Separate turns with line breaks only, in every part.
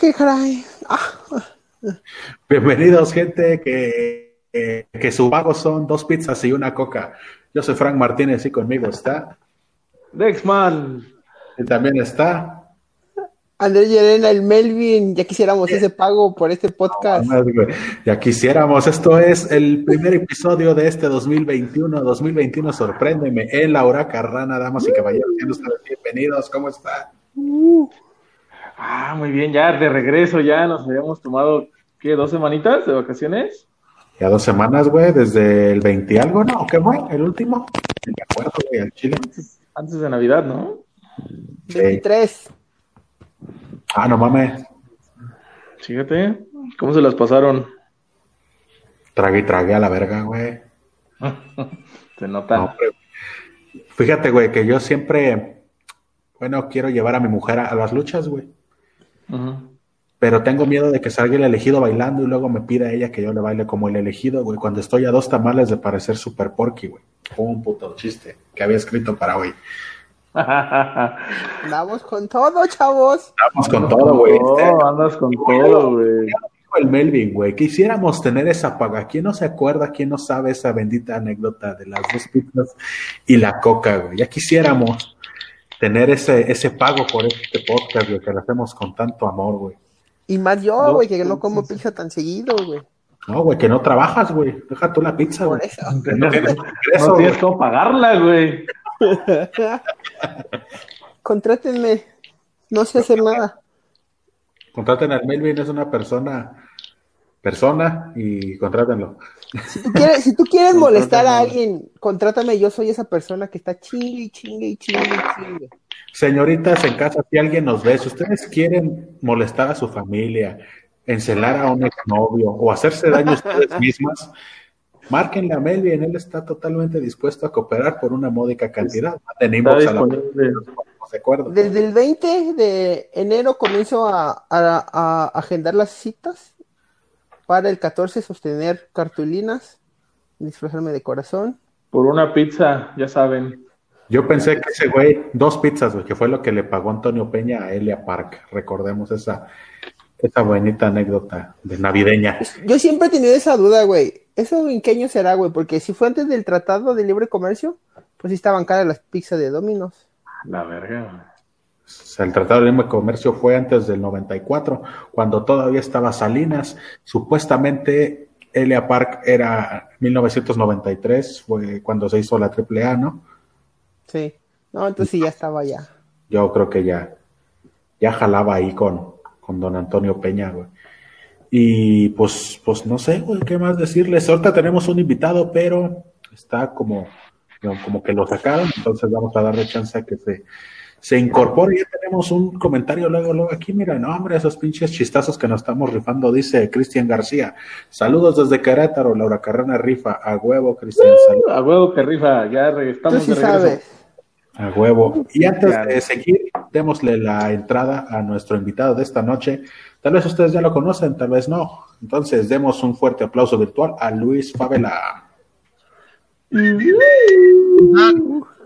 qué caray. Ah.
Bienvenidos, gente, que, eh, que su pago son dos pizzas y una coca. Yo soy Frank Martínez y conmigo está.
Dexman.
Y también está.
Andrés Llerena, el Melvin, ya quisiéramos ese pago por este podcast.
No, no, ya quisiéramos. Esto es el primer episodio de este 2021. 2021, sorpréndeme. El Laura Carrana, damas y caballeros. Sean ustedes bienvenidos. ¿Cómo están?
Uh,
Ah, muy bien, ya de regreso, ya nos habíamos tomado, ¿qué? ¿Dos semanitas de vacaciones?
Ya dos semanas, güey, desde el 20 y algo, ¿no? ¿O ¿Qué fue? ¿El último? Ni me acuerdo, güey, al chile.
Antes de Navidad, ¿no?
23.
Ah, no mames.
Fíjate, ¿cómo se las pasaron?
Tragué y tragué a la verga, güey.
Se
No,
nota.
hombre. Fíjate, güey, que yo siempre, bueno, quiero llevar a mi mujer a, a las luchas, güey.
Ujú.
Pero tengo miedo de que salga el elegido bailando y luego me pida ella que yo le baile como el elegido, güey. Cuando estoy a dos tamales de parecer super porky, güey. Fue un puto chiste que había escrito para hoy.
Vamos con todo, chavos.
Vamos con todo, güey.
No, andas con todo, güey.
Dijo el Melvin, güey. Quisiéramos tener esa paga. ¿Quién no se acuerda? ¿Quién no sabe esa bendita anécdota de las dos pizzas y la coca, güey? Ya quisiéramos tener ese, ese pago por este podcast, güey, que lo hacemos con tanto amor, güey.
Y más yo,
No,
güey, que no
sí,
como
sí,
pizza tan seguido, güey.
No, güey, que no trabajas, güey. Deja tú la pizza, güey.
Por eso.
Que No tienes ingreso,
No
güey.
tienes cómo pagarla, güey.
Contrátenme. No sé hacer nada.
Contraten al Melvin, es una persona, persona, y contrátenlo.
Si tú quieres, si tú quieres
Contrátame.
molestar a alguien, contrátame. Yo soy esa persona que está chingue, y chingue, y chingue, y chingue.
Señoritas en casa, si alguien nos ve, si ustedes quieren molestar a su familia, encelar a un exnovio o hacerse daño a ustedes mismas, márquenle a Melvin, él está totalmente dispuesto a cooperar por una módica cantidad. Manden
Está
inbox a la
disponible.
de acuerdo.
Desde el 20 de enero comienzo a, a- a agendar las citas para el 14 sostener cartulinas, disfrazarme de corazón.
Por una pizza, ya saben.
Yo pensé que ese güey, dos pizzas, güey, que fue lo que le pagó Antonio Peña a Elia Park. Recordemos esa, esa bonita anécdota de navideña.
Yo siempre he tenido esa duda, güey. ¿Eso en qué año será, güey? Porque si fue antes del Tratado de Libre Comercio, pues sí estaban caras las pizzas de Domino's.
La verga,
O sea, pues, El Tratado de Libre Comercio fue antes del 94, cuando todavía estaba Salinas. Supuestamente, Elia Park era 1993, fue cuando se hizo la AAA, ¿no?
Sí. No, entonces sí, ya estaba ya.
Yo creo que ya, ya jalaba ahí con, con don Antonio Peña, güey. Y pues, pues no sé, güey, qué más decirles. Ahorita tenemos un invitado, pero está como, no, como que lo sacaron, entonces vamos a darle chance a que se, se incorpore. Ya tenemos un comentario luego, luego aquí, mira, no, hombre, esos pinches chistazos que nos estamos rifando, dice Cristian García. Saludos desde Querétaro, Laura Carrana rifa, a huevo, Cristian, saludos.
güey. A huevo que rifa, ya re-
Tú
estamos
sí
de regreso.
sabes.
A huevo. Y antes
Claro.
de seguir, démosle la entrada a nuestro invitado de esta noche. Tal vez ustedes ya lo conocen, tal vez no. Entonces, demos un fuerte aplauso virtual a Luis Favela.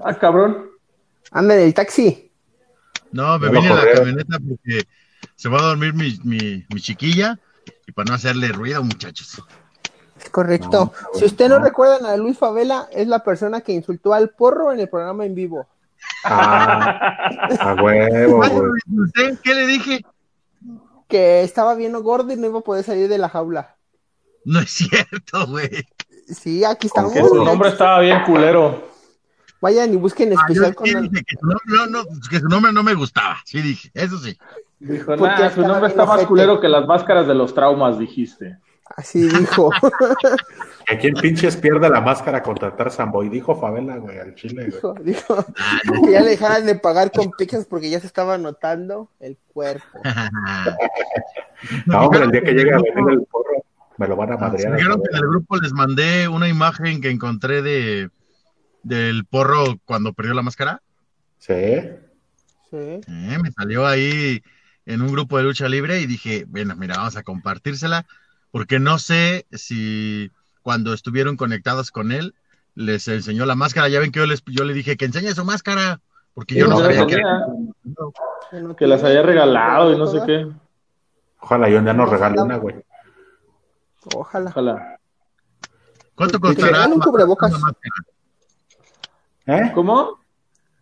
Ah, cabrón.
Anda en el taxi.
No, me
No,
vine en la
correr.
camioneta porque se va a dormir mi, mi, mi chiquilla y para no hacerle ruido, muchachos.
Es correcto.
No, cabrón,
si usted no,
no.
recuerdan a Luis Favela, es la persona que insultó al porro en el programa en vivo.
Ah, a huevo,
Ay,
Oh, güey.
¿usted ¿Qué le dije?
Que estaba viendo gordo y no iba a poder salir de la jaula.
No es cierto, güey.
Sí, aquí estamos.
Que su Oh, nombre estaba bien culero.
Vayan y busquen
Ah, yo
especial con
sí
el-
dije que su nombre- no, no, que su nombre no me gustaba. Sí dije, eso sí.
Dijo,
Porque
"Nah, su
estaba
nombre está
bien
más
ojete".
culero que las máscaras de los traumas, dijiste.
Así dijo.
¿A quién pinches pierde la máscara contratar Samboy? Dijo Favela, güey, al chile, güey.
dijo, dijo que ya le dejaran de pagar con pizzas porque ya se estaba notando el cuerpo.
No, hombre, el día que llegue a venir el porro, me lo van
Ah,
a madrear. a la
Dijeron que en
verga.
el grupo les mandé una imagen que encontré de del porro cuando perdió la máscara.
Sí.
Sí.
Eh, me salió ahí en un grupo de lucha libre y dije, bueno, mira, vamos a compartírsela, porque no sé si cuando estuvieron conectados con él les enseñó la máscara. Ya ven que yo, les, yo le dije que enseñe su máscara, porque yo
Que
no
las
sabía que
había-
era-
no
pues, que las
tiene-
había regalado y no sé
¿Todas?
qué.
Ojalá yo un día nos regale una, güey.
Ojalá.
Ojalá.
¿Cuánto
Que te
costará?
regalen un
mandar
cubrebocas.
una máscara?
¿Eh?
¿Cómo?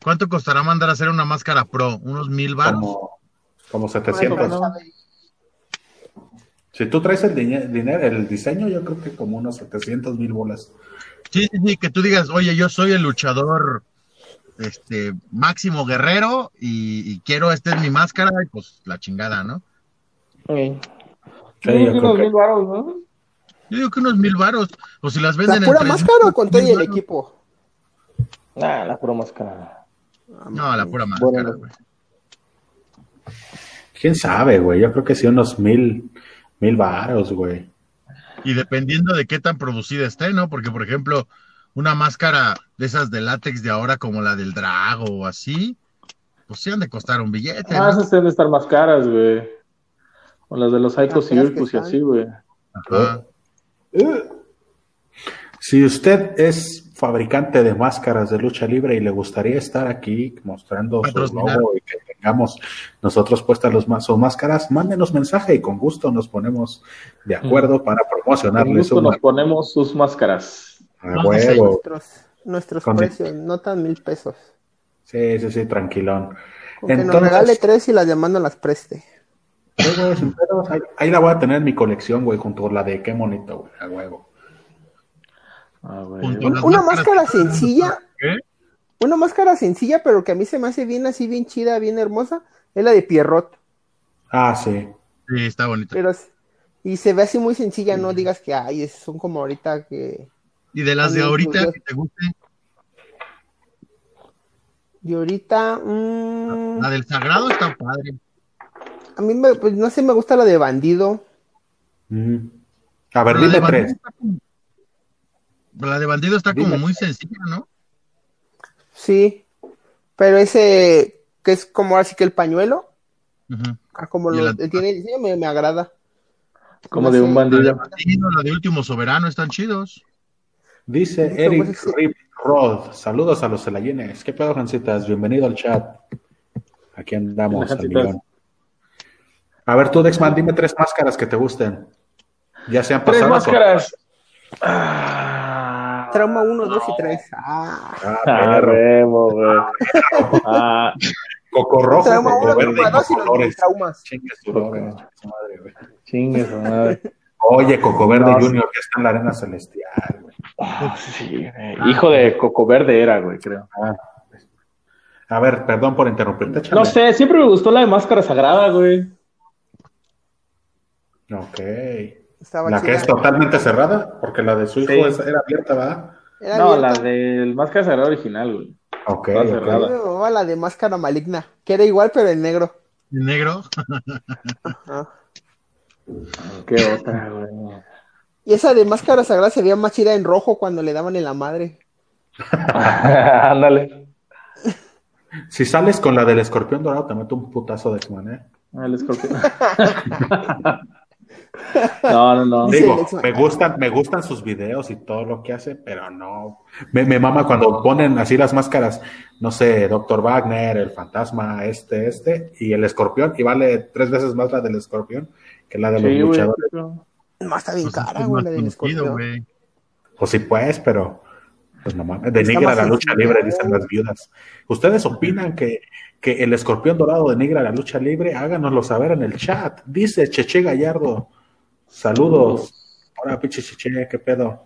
¿Cuánto costará mandar a hacer una máscara pro? ¿Unos mil baros?
Como, como
Bueno,
700.
no sabe.
Si tú traes el diñe- dinero, el diseño, yo creo que como unos 700 mil bolas.
Sí, sí, sí, que tú digas, oye, yo soy el luchador este máximo guerrero y, y quiero, esta es mi máscara, y pues la chingada, ¿no?
Eh.
Sí,
Unos
yo creo que-
mil varos, ¿no?
Yo digo que unos mil varos, o si las
¿La
venden
pura
en tres-
máscara o con todo y el
mil varos.
equipo?
Nah, la pura máscara.
No, la pura máscara,
Bueno.
güey.
¿Quién sabe, güey? Yo creo que sí, unos mil, mil varos, güey.
Y dependiendo de qué tan producida esté, ¿no? Porque, por ejemplo, una máscara de esas de látex de ahora, como la del Drago o así, pues sí han de costar un billete,
Ah,
¿no?
esas deben de estar más caras, güey. O las de los Psycho
Las caras que
Circus y
están.
así, güey.
Ajá.
Si usted es fabricante de máscaras de lucha libre y le gustaría estar aquí mostrando su
Patrocinar.
logo y que tengamos nosotros puestas los, ma- sus máscaras, mándenos mensaje y con gusto nos ponemos de acuerdo para
Con
promocionarle
gusto
su
nos
máscara.
ponemos sus máscaras.
A huevo.
Nuestros, nuestros
Con-
precios, no tan mil pesos.
Sí, sí, sí, tranquilón.
Con que nos
Entonces-
regale tres y las demás nos las preste.
Sí, güey, sin pedos. Ahí, ahí la voy a tener en mi colección, güey, junto con la de qué monito, güey, a huevo.
Ah, güey.
Punto.
Un-
Las
una
máscaras-
máscara sencilla,
¿Qué?
una máscara sencilla, pero que a mí se me hace bien así, bien chida, bien hermosa, es la de Pierrot.
Ah, sí.
Sí, está bonito.
Pero, s- y se ve así muy sencilla, no digas que, ay, es- son como ahorita que...
Y de las de
Ay,
ahorita
Dios.
que te guste,
Y ahorita, mm,
la del Sagrado está padre.
a mí, me- pues, no sé, me gusta la de bandido.
Mm. A ver,
Pero la de
dime
bandido
tres.
está como- pero la de bandido está como
Dime.
muy sencilla, ¿no?
Sí, pero ese que es como así que el pañuelo,
Ujú.
ah, como
Y
lo
la-
tiene el diseño, me, me agrada.
Como de un
Sí.
La de
bandido.
bandido, la de último soberano, están chidos.
Dice
Listo,
Eric
pues, sí.
Rip Rod. Saludos a los celayines. ¿Qué pedo, Jancitas? Bienvenido al chat. Aquí andamos,
Hola, Jancitas.
amigón. A ver, tú, Dexman, dime tres máscaras que te gusten. Ya sean
Tres
pasadas. o-
máscaras. Ah,
Trauma 1, 2 y 3. Ah,
Ah,
Ah,
perro.
remo, güey. Ah,
Coco rojo,
trauma
coco
1,
verde y
trauma 2 y
coco
los
colores.
traumas.
Chingue su madre, su madre, güey.
chingue su madre.
Oye, Coco Verde
No, sí.
Junior, que está en la arena celestial, güey.
Ah, sí, güey. Hijo de Coco Verde era, güey, creo.
Ah, pues, A ver, perdón por interrumpirte, chale.
No sé, siempre me gustó la de máscara sagrada, güey.
Ok.
Estaba
La que
chida.
es totalmente cerrada, porque la de su hijo
Sí.
es- era abierta, ¿verdad?
Era
No,
abierta.
la del máscara sagrada original, güey.
Ok,
Está
ok.
A
cerrada.
mí me mamaba la de máscara maligna, que era igual pero en negro.
En negro.
Ajá.
¿Qué otra, güey?
Y esa de máscara sagrada se veía más chida en rojo cuando le daban en la madre.
Ándale.
Si sales con la del escorpión dorado, te meto un putazo de X-Man, ¿eh?
El escorpión. No, no, no.
Sí,
Digo,
el X-Man.
me gustan, me gustan sus videos y todo lo que hace, pero no. Me, me mama cuando ponen así las máscaras, no sé, Dr. Wagner, el fantasma, este, este, y el escorpión, y vale tres veces más la del escorpión que la de los
Sí, güey.
luchadores.
No, está bien
Pues es que
cara,
es
güey,
más
la del
conocido,
escorpión.
güey.
Pues sí, pues, pero pues no mames. Denigra
más
la lucha
sencillo.
libre, dicen las viudas. ¿Ustedes opinan que, que el escorpión dorado denigra la lucha libre? Háganoslo saber en el chat. Dice Cheche Gallardo. Saludos. Hola, pinche Cheche, ¿qué pedo?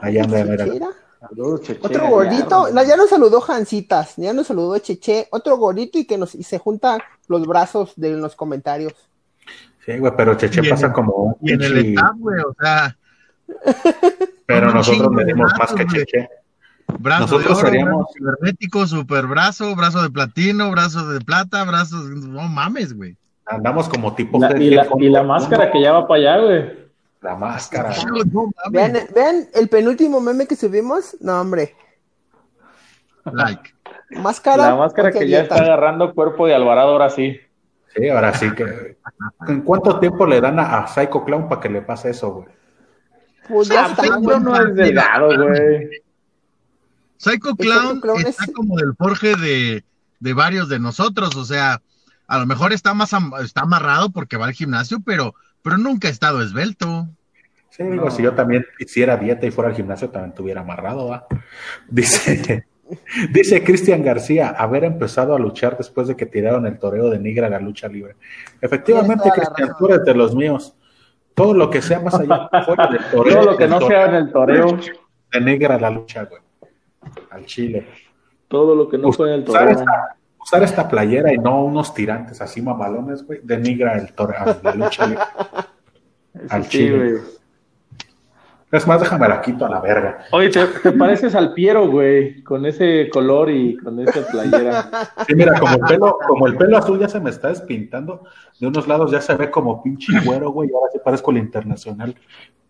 Allá anda, mira.
Chechera.
Saludos, Cheche
Otro
Gallardo.
gordito, no, ya nos saludó Jancitas, ya nos saludó Cheche, otro gordito y que nos y se juntan los brazos de en los comentarios.
Sí, güey, pero Cheche
Y en
pasa
el-
como un
Y en el
pinche-
staff, güey, o sea,
Pero
un
nosotros
chingo de
medimos más
brazos,
que
güey.
Cheche.
brazo de
Nosotros
oro,
seríamos-
brazo cibernético, superbrazo, brazo de platino, brazo de plata, brazos, no mames, güey.
Andamos como tipo.
La- y, la, y la máscara que ya va para allá, güey.
La máscara.
No mames.
Ah. Vean, vean el penúltimo meme que subimos, no hombre,
Like.
máscara.
La máscara
porque
que ya
dieta.
está agarrando cuerpo de Alvarado ahora sí.
Sí, ahora sí que. ¿En cuánto tiempo le dan a, a Psycho Clown para que le pase eso, güey?
Pues ya está,
Ah,
pero
güey.
no es delgado,
güey.
Psycho
Psycho
Clown
Clown
está
es-
como del forje de, de varios de nosotros, o sea, A lo mejor está más am- está amarrado porque va al gimnasio, pero, pero nunca ha estado esbelto.
Sí, digo,
No.
si yo también hiciera dieta y fuera al gimnasio, también estuviera amarrado, ¿va? Dice, dice Cristian García, haber empezado a luchar después de que tiraron el toreo de Nigra a la lucha libre. Efectivamente,
Tienes toda la
Cristian,
razón.
tú eres de los míos. Todo lo que sea más allá fuera del toreo.
Todo lo que
del
no
toreo,
sea en el toreo,
De Nigra a la lucha, güey. Al Chile.
todo lo que no fue en el
Usar
toreo.
esta, usar esta playera y no unos tirantes así mamalones, güey, denigra el toreo, a la lucha libre.
Eso
al
sí,
chile.
güey.
Es más, déjame la quito a la verga.
Oye, te, te pareces al Piero, güey, con ese color y con esa playera.
Sí, mira, como el pelo, como el pelo azul ya se me está despintando, de unos lados ya se ve como pinche güero, güey, y ahora sí parezco el internacional.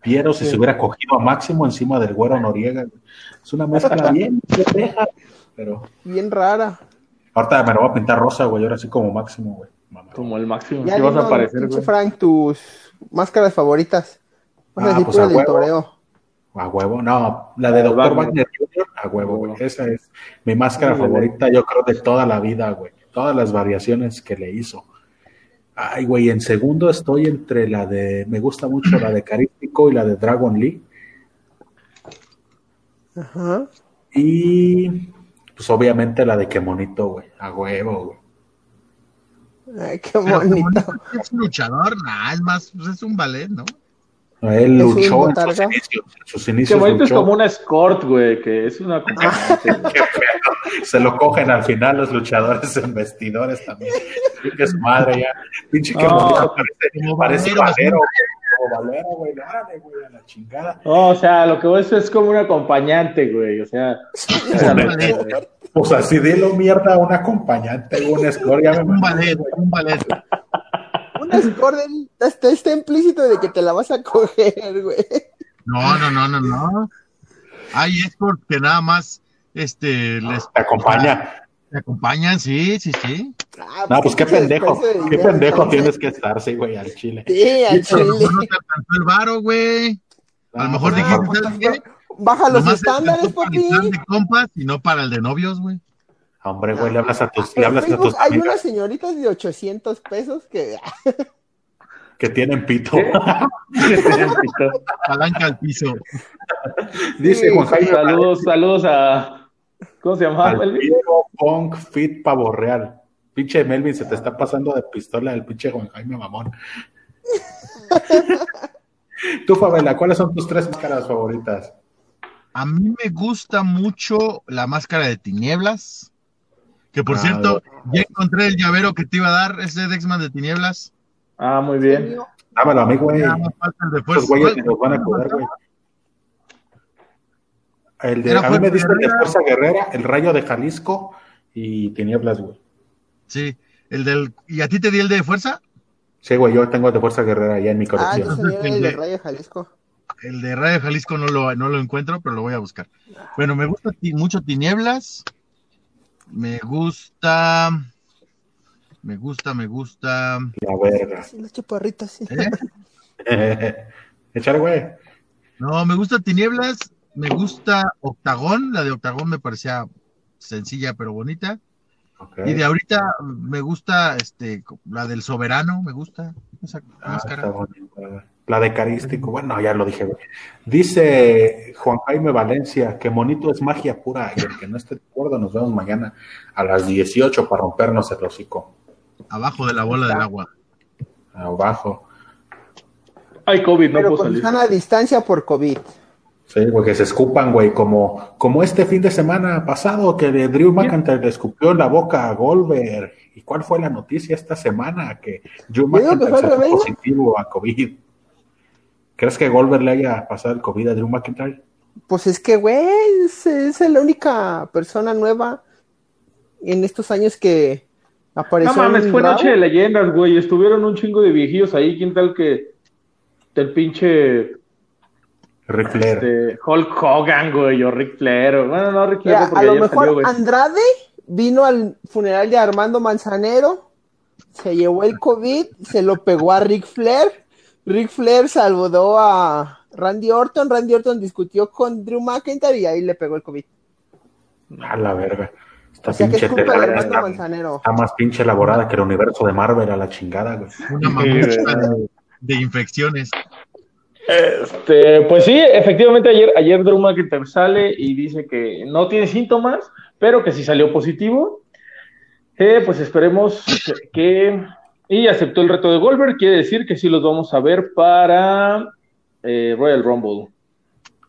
Piero si se hubiera cogido a máximo encima del güero Noriega. güey. Es una mezcla bien pendeja, pero
Bien rara.
ahorita me lo voy a pintar rosa, güey, ahora sí como máximo, güey. Mamá.
Como el máximo.
Ya
Sí vas a
dinos,
parecer,
pinche
güey.
Frank, tus máscaras favoritas. Vas a
Ah,
decir
pues,
pura
a
del
huevo.
toreo.
A huevo, no, la de Dr.
Wagner.
Wagner Jr., a huevo, güey. Esa es mi máscara
Sí,
favorita, yo creo, de toda la vida, güey. Todas las variaciones que le hizo. Ay, güey, en segundo estoy entre la de, me gusta mucho la de Carístico y la de Dragon Lee.
Ajá.
Y, pues obviamente la de Kemonito, güey. A huevo, güey.
Ay, qué
Pero como
bonito.
no es un luchador, nah, es más, pues es un ballet, ¿no?
Él
¿Es un
luchó en sus
botarga?
inicios. En sus
Que
inicios
bonito es
luchó.
como un escort, güey, que es una
Ah.
acompañante, güey.
Qué pedo. Se lo cogen al final los luchadores en vestidores también. Que su madre ya. Pinche que
No.
bonito, parece,
Como
parece
Valero,
Valero, güey. Como Valero, güey. Órale, güey, a la chingada.
No, o sea, lo que voy a decir es como un acompañante, güey. O sea,
Es un ballet,
Pues así dilo mierda a un acompañante, güey, un score, ya me
un
imagino,
ballet,
güey.
un ballet.
Un escorden está, está implícito de que te la vas a coger, güey.
No, no, no, no, no. Hay escorts que nada más este, les
Te acompaña.
te acompañan, sí, sí, sí.
Ah,
No, pues qué
pinche
pendejo.
desperdicio de
Qué
dinero,
pendejo
entonces.
tienes que estar, sí, güey, al chile.
Sí, al
A lo
chile.
mejor no te alcanzó el varo, güey. A lo mejor
no,
dijiste,
pues,
¿sabes qué?
Baja los
Nomás es
estándares,
para el
papi.
plan de compas y no para el de novios, güey.
Hombre, güey, le hablas a tus, le
En
hablas a
Facebook
tus
hay
amigas
unas señoritas de 800 pesos que ah,
que tienen pito.
¿Qué?
Palanca al piso.
Dice Juan Jaime
saludos, saludos a. ¿Cómo se llamaba?
Al
Melvin?
Piero Punk Fit Pavo Real. Pinche Melvin, se te está pasando de pistola el pinche Juan Jaime Mamón. Tú, Fabela, ¿cuáles son tus tres máscaras favoritas?
A mí me gusta mucho la máscara de tinieblas. Que por
Ah,
cierto, ya encontré el llavero que te iba a dar, ese Dexman de tinieblas.
Ah, muy bien.
Dámelo a mí, güey.
Nada más pues, falta el de
Esos
fuerza.
güeyes me los van a cobrar, güey. El de,
Era
a mí
Fuerza
me dicen de
pues, Guerrera.
Fuerza Guerrera, el Rayo de Jalisco y Tinieblas, güey.
Sí, el del. ¿Y a ti te di el de fuerza?
Sí, güey, yo tengo el de Fuerza Guerrera ya en mi
Ah,
colección.
yo soy el de Rayo Jalisco.
El de Radio Jalisco no lo, no lo encuentro, pero lo voy a buscar. Bueno, me gusta ti- mucho Tinieblas. Me gusta. Me gusta, me gusta.
La verga.
Sí, la chaparrita, sí.
¿eh?
Échale, güey.
No, me gusta Tinieblas. Me gusta Octagón. La de Octagón me parecía sencilla pero bonita.
Ok.
Y de ahorita me gusta este, la del Soberano. Me gusta esa
Ah,
máscara.
está bonita. La de carístico, bueno, ya lo dije. güey. Dice Juan Jaime Valencia que monito es magia pura y el que no esté de acuerdo nos vemos mañana a las 18 para rompernos el hocico.
Abajo de la bola del agua.
Abajo.
Ay, COVID, no
Pero
puedo
con
salir.
sana distancia por COVID.
Sí, güey, que se escupan, güey, como, como este fin de semana pasado que de Drew McIntyre le escupió en la boca a Goldberg. ¿Y cuál fue la noticia esta semana? Que Drew
Yo digo que
McIntyre
fue al
salió
revés, ¿no?
positivo a COVID. ¿Crees que Goldberg le haya pasado el COVID a Drew McIntyre?
Pues es que, güey, es, es la única persona nueva en estos años que apareció.
No mames,
en
fue
Raw.
noche de leyendas, güey. Estuvieron un chingo de viejillos ahí. ¿Quién tal que el pinche
Ric Flair.
este, Hulk Hogan, güey, o Ric Flair? o- Bueno, no, Ric Flair, no,
Mira, a
porque
lo
ayer
mejor
salió, güey.
Andrade vino al funeral de Armando Manzanero, se llevó el COVID, se lo pegó a Ric Flair. Ric Flair saludó a Randy Orton. Randy Orton discutió con Drew McIntyre y ahí le pegó el COVID.
A la verga. Esta
O sea que
pinche
es culpa de
telaraña
Armando
está,
Manzanero.
está más pinche elaborada que el universo de Marvel a la chingada, güey.
Una
Sí,
mamucha de, de infecciones.
Este, pues sí, efectivamente ayer, ayer Drew McIntyre sale y dice que no tiene síntomas, pero que sí salió positivo. Eh, pues esperemos que... Y aceptó el reto de Goldberg, quiere decir que sí los vamos a ver para eh, Royal Rumble.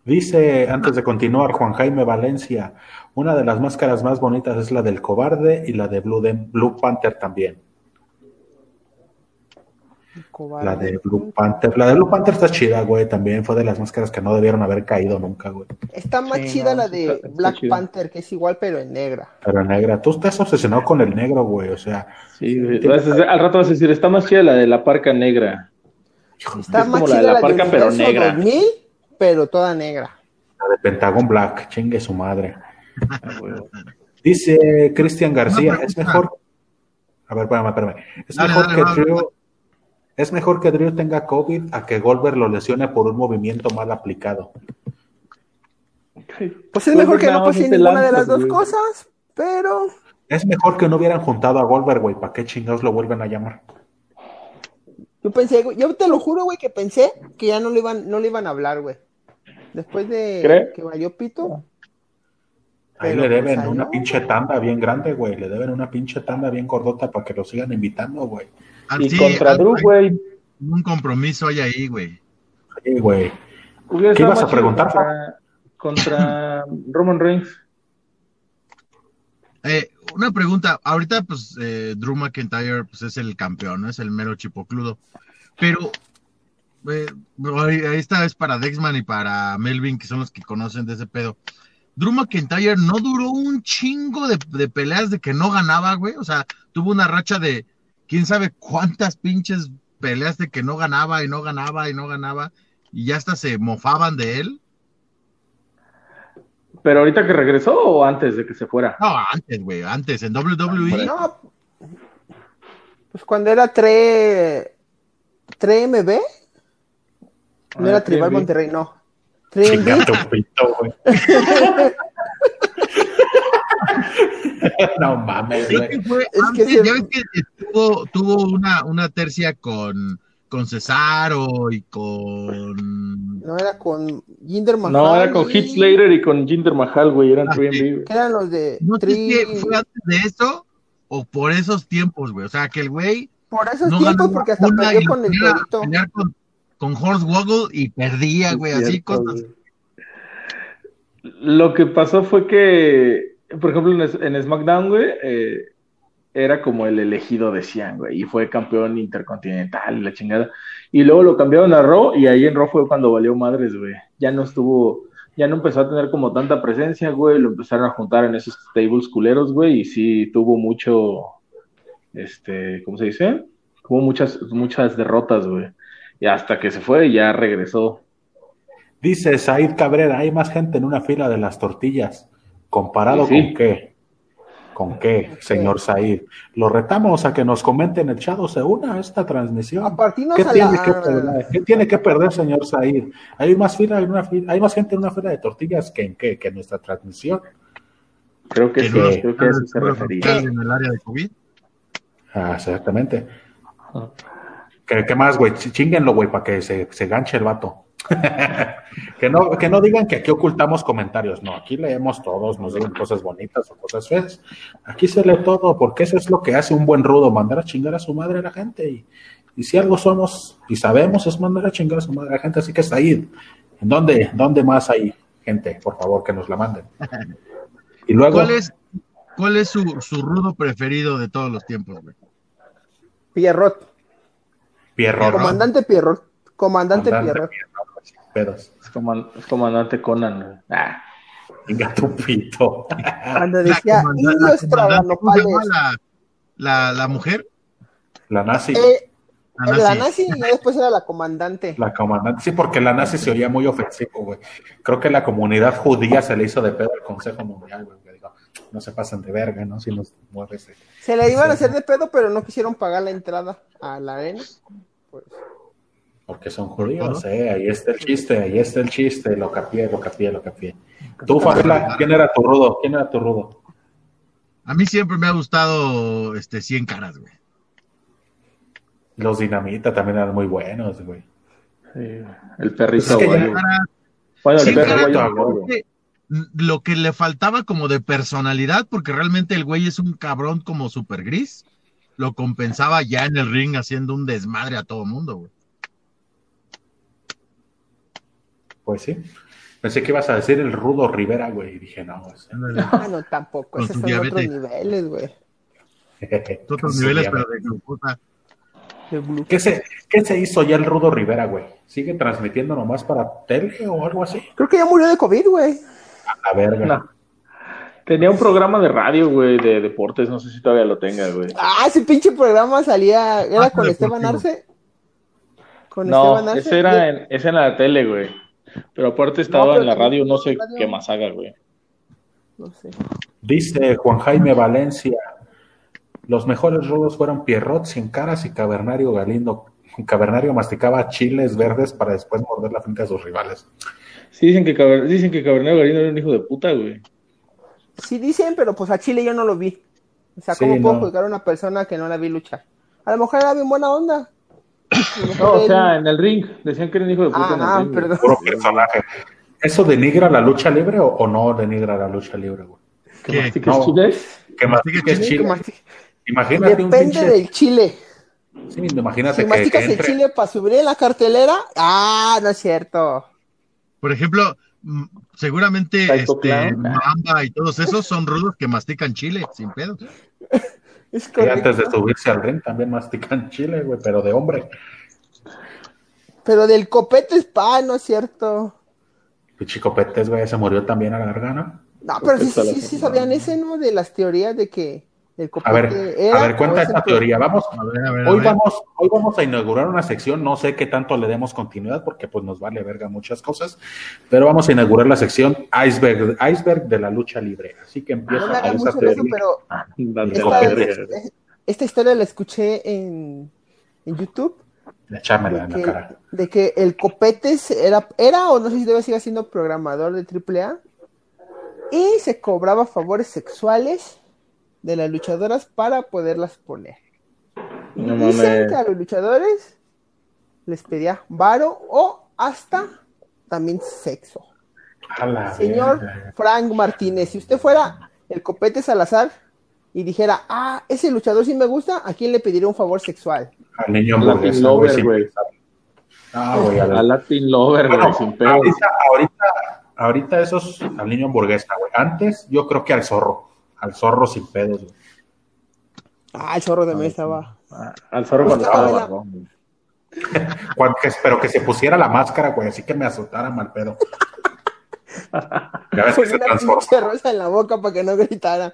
Dice, antes de continuar, Juan Jaime Valencia, una de las máscaras más bonitas es la del cobarde y la de Blue, Dem- Blue Panther también.
Cobarde.
La de Blue Panther. La de Blue Panther está chida, güey, también. Fue de las máscaras que no debieron haber caído nunca, güey.
Está más
Sí,
chida
no,
la
sí
de
está- está
Black
chida.
Panther, que es igual pero en negra.
Pero negra, tú estás obsesionado con el negro, güey. O sea,
Sí, vas a- al rato vas a decir, está más chida la de la parca negra.
hijo,
Está
Es
más
como la de
chida
la parca,
del
pero
universo
negra.
2000, pero toda negra.
la de Pentagon Black, chingue su madre.
Ah,
Dice Cristian García,
Una
es
pregunta.
mejor. A ver, espérame, espérame. Es
Dale,
mejor
dale,
que
va,
Drew. Es mejor que Drew tenga COVID a que Goldberg lo lesione por un movimiento mal aplicado.
Pues es
Pues
mejor que
nada
no
más
pase
este
ninguna de
lanza,
las dos
güey.
cosas, pero
Es mejor que no hubieran juntado a Goldberg, güey. ¿Para qué chingados lo vuelven a llamar?
yo pensé, güey, yo te lo juro, güey, que pensé que ya no le iban, no le iban a hablar, güey. Después de
¿Cree?
que valió pito,
Ahí
Pero,
le deben
pues, ahí
una
no.
pinche tanda bien grande, güey. Le deben una pinche tanda bien gordota para que lo sigan invitando, güey.
Ah,
Y
sí,
contra
algo
Drew,
hay-
güey.
Un compromiso hay ahí, güey.
Sí, güey.
hubiera
¿Qué
estado
ibas
más
a preguntar,
chido Contra, contra Roman Reigns.
Eh, una pregunta. Ahorita, pues, eh, Drew McIntyre pues, es el campeón, ¿no? Es el mero chipocludo. Pero eh, ahí- ahí esta es para Dexman y para Melvin, que son los que conocen de ese pedo. Drew McIntyre no duró un chingo de, de peleas de que no ganaba, güey. O sea, tuvo una racha de quién sabe cuántas pinches peleas de que no ganaba y no ganaba y no ganaba. Y ya hasta se mofaban de él.
¿Pero ahorita que regresó o antes de que se fuera?
No, antes, güey, antes, en E, WWE.
no. Pues cuando era 3 3MB, no
Ah,
era Tribal
3MB.
Monterrey, no. 3MB,
Chinga tu pito, güey. no mames,
Creo
güey.
que fue
Es que
antes,
se-
ya ves que estuvo- tuvo una, una tercia con, con Cesaro y con...
no era con Jinder Mahal.
No, era con Heath Slater y con Jinder Mahal, güey, eran
Ah, sí.
3MB, güey.
Que eran los de
No sé si
Tri-
fue antes de eso o por esos tiempos, güey. O sea, que el güey
Por esos
no
tiempos,
ganó
porque hasta
una
perdió
y
con el
era
torito.
pelear con, con Hornswoggle y perdía, güey. Así
Cierto,
cosas.
güey. Lo que pasó fue que, por ejemplo, en, en SmackDown, güey, eh, era como el elegido, decían, güey, y fue campeón intercontinental y la chingada. Y luego lo cambiaron a Raw y ahí en Raw fue cuando valió madres, güey. Ya no estuvo, ya no empezó a tener como tanta presencia, güey. Lo empezaron a juntar en esos tables culeros, güey, y sí tuvo mucho, este, ¿cómo se dice? Tuvo muchas, muchas derrotas, güey. Y hasta que se fue y ya regresó.
Dice Said Cabrera, hay más gente en una fila de las tortillas. ¿Comparado
Sí, sí.
con qué? ¿Con qué,
Ok.
señor Said? Lo retamos a que nos comenten el chat o se una a esta transmisión.
A partirnos
¿Qué
a
tiene,
la-
que perder? ¿Qué tiene que perder, señor Said? Hay más fila, en una fila- hay más gente en una fila de tortillas que en qué, que en nuestra transmisión.
Creo que
Que
sí,
no
los-
creo que a eso se
los-
refería.
en el área de COVID.
Ah, exactamente.
Ajá.
¿Qué, qué más, güey? Ch- Chínguenlo, güey, para que se, se ganche el vato. que, no, que no digan que aquí ocultamos comentarios. No, aquí leemos todos, nos digan cosas bonitas o cosas feas. Aquí se lee todo, porque eso es lo que hace un buen rudo, mandar a chingar a su madre a la gente. Y, y si algo somos y sabemos es mandar a chingar a su madre a la gente. Así que está ahí. ¿En dónde, dónde más hay gente? Por favor, que nos la manden. Y luego,
¿Cuál es, cuál es su, su rudo preferido de todos los tiempos, güey?
Pierrot.
Pierrot.
Comandante Pierrot. Comandante
Comandante
Pierrot.
Pierrot, pues, sin pedos.
Es coman- es comandante Conan. güey. Ah,
Venga, tu pito.
Cuando decía
comanda-
indios
Ah, comandante, ¿cómo se llama
trabanopales.
la, la, la mujer?
La nazi.
Eh,
La
era la
nazi.
nazi y ya después era la comandante.
La comandante, sí, porque la nazi se oía muy ofensivo, güey. Creo que la comunidad judía se le hizo de pedo al Consejo Mundial, güey. que dijo, no se pasan de verga, ¿no? Si nos mueves. eh".
Se le iban a hacer de pedo, pero no quisieron pagar la entrada a la arena. Pues,
Porque son judíos, ¿eh? Ahí está el chiste, ahí está el chiste. Lo capié, lo capié, lo capié. Tú, Fabiola, ¿quién era tu rudo? ¿Quién era tu rudo?
A mí siempre me ha gustado este 100 caras, güey.
Los Dinamita también eran muy buenos, güey.
Sí, el perrito
Es que ya
guayo. Bueno, el
Cien
perro
Caras
guayo.
tampoco.
guayo.
lo que le faltaba como de personalidad, porque realmente el güey es un cabrón como super gris, lo compensaba ya en el ring haciendo un desmadre a todo mundo, güey.
Pues sí. Pensé que ibas a decir el Rudo Rivera, güey. Y dije, no, es
Ah, no, tampoco.
Con
Esos
su
son otros
diabetes.
niveles, güey.
Otros niveles, pero de puta.
De Blue.
¿Qué se, ¿Qué se hizo ya el Rudo Rivera, güey? ¿Sigue transmitiendo nomás para tele o algo así?
Creo que ya murió de COVID, güey.
A la verga.
No. Tenía un programa de radio, güey, de deportes. No sé si todavía lo tenga, güey.
Ah, ese pinche programa salía. ¿Era
Ah,
con
deportivo.
Esteban Arce? Con
No, ese era
de-
en, ese en la tele, güey. Pero aparte estaba
No, pero
en la
también
radio, no sé
en la radio.
qué más haga, güey.
No sé.
Dice Juan Jaime Valencia, los mejores rudos fueron Pierrot, Sin Caras y Cavernario Galindo. Cavernario masticaba chiles verdes para después morder la frente a sus rivales.
Sí dicen que, Caber- dicen que Cabernero Galindo era un hijo de puta, güey.
Sí dicen, pero pues a Chile yo no lo vi. O sea,
Sí,
¿cómo puedo
no.
juzgar a una persona que no la vi luchar? A lo mejor era bien buena onda. A lo mejor
No, o
él-
sea, en el ring. Decían que era un hijo de puta en el
Ah, ah,
ring, güey.
perdón.
Puro personaje. ¿Eso denigra la lucha libre o, o no denigra la lucha libre, güey?
¿Que
¿Qué?
mastiques
No.
chiles?
Que mastiques
Sí,
chiles.
que masti-
Imagínate un
Depende
pinche.
del chile.
Sí, imagínate
Si
que- que,
masticas el
entre-
chile para subir en la cartelera, ah, no es cierto.
Por ejemplo, mm, seguramente
Psycho
este,
Clown.
Mamba y todos esos son rudos que mastican chile, sin pedo.
Es
que
correcto.
antes de subirse al ring también mastican chile, güey, pero de hombre.
Pero del copete es pa, no es cierto.
Pinche copetes, güey, se murió también a la gargana.
No, pero sí,
Copete a la
sí, sí
semana.
sabían ese, ¿no? De las teorías de que el copete
A ver,
era.
a ver,
o
cuenta
es
esta
el que-
teoría. Vamos,
A ver, a ver, a
hoy
ver.
vamos, hoy vamos a inaugurar una sección. No sé qué tanto le demos continuidad porque pues nos vale verga muchas cosas, pero vamos a inaugurar la sección iceberg, iceberg de la lucha libre. Así que
Ah, No
empieza
me
con
hagan
esa
mucho caso,
teoría.
pero
Date la
esta,
verga.
esta historia la escuché en, en YouTube.
Echármela
De
en la
que,
cara.
de que el Copetes era, era o no sé si debe sigue siendo programador de AAA y se cobraba favores sexuales de las luchadoras para poderlas poner. Y
No
dicen
mames.
que a los luchadores les pedía varo o hasta también sexo.
A la
Señor
verga.
Frank Martínez, si usted fuera el Copete Salazar y dijera, ah, ese luchador sí me gusta, ¿a quién le pediría un favor sexual?
Al niño
Latin
hamburguesa,
lover,
sin
güey.
pensar. Ah, güey, a la-
A Latin Lover,
Bueno,
güey, sin pedo.
ahorita, ahorita, ahorita esos al niño hamburguesa, güey. Antes yo creo que al zorro, al zorro sin pedos, güey.
Ah, el zorro también estaba.
Ah, Al zorro cuando estaba
Estaba la-
barbón, güey.
Cuan- que- pero que se pusiera la máscara, güey, así que me azotara mal pedo. Ya ves que
Con
se
una
transforma.
Pues pinche rosa en la boca para que no gritara.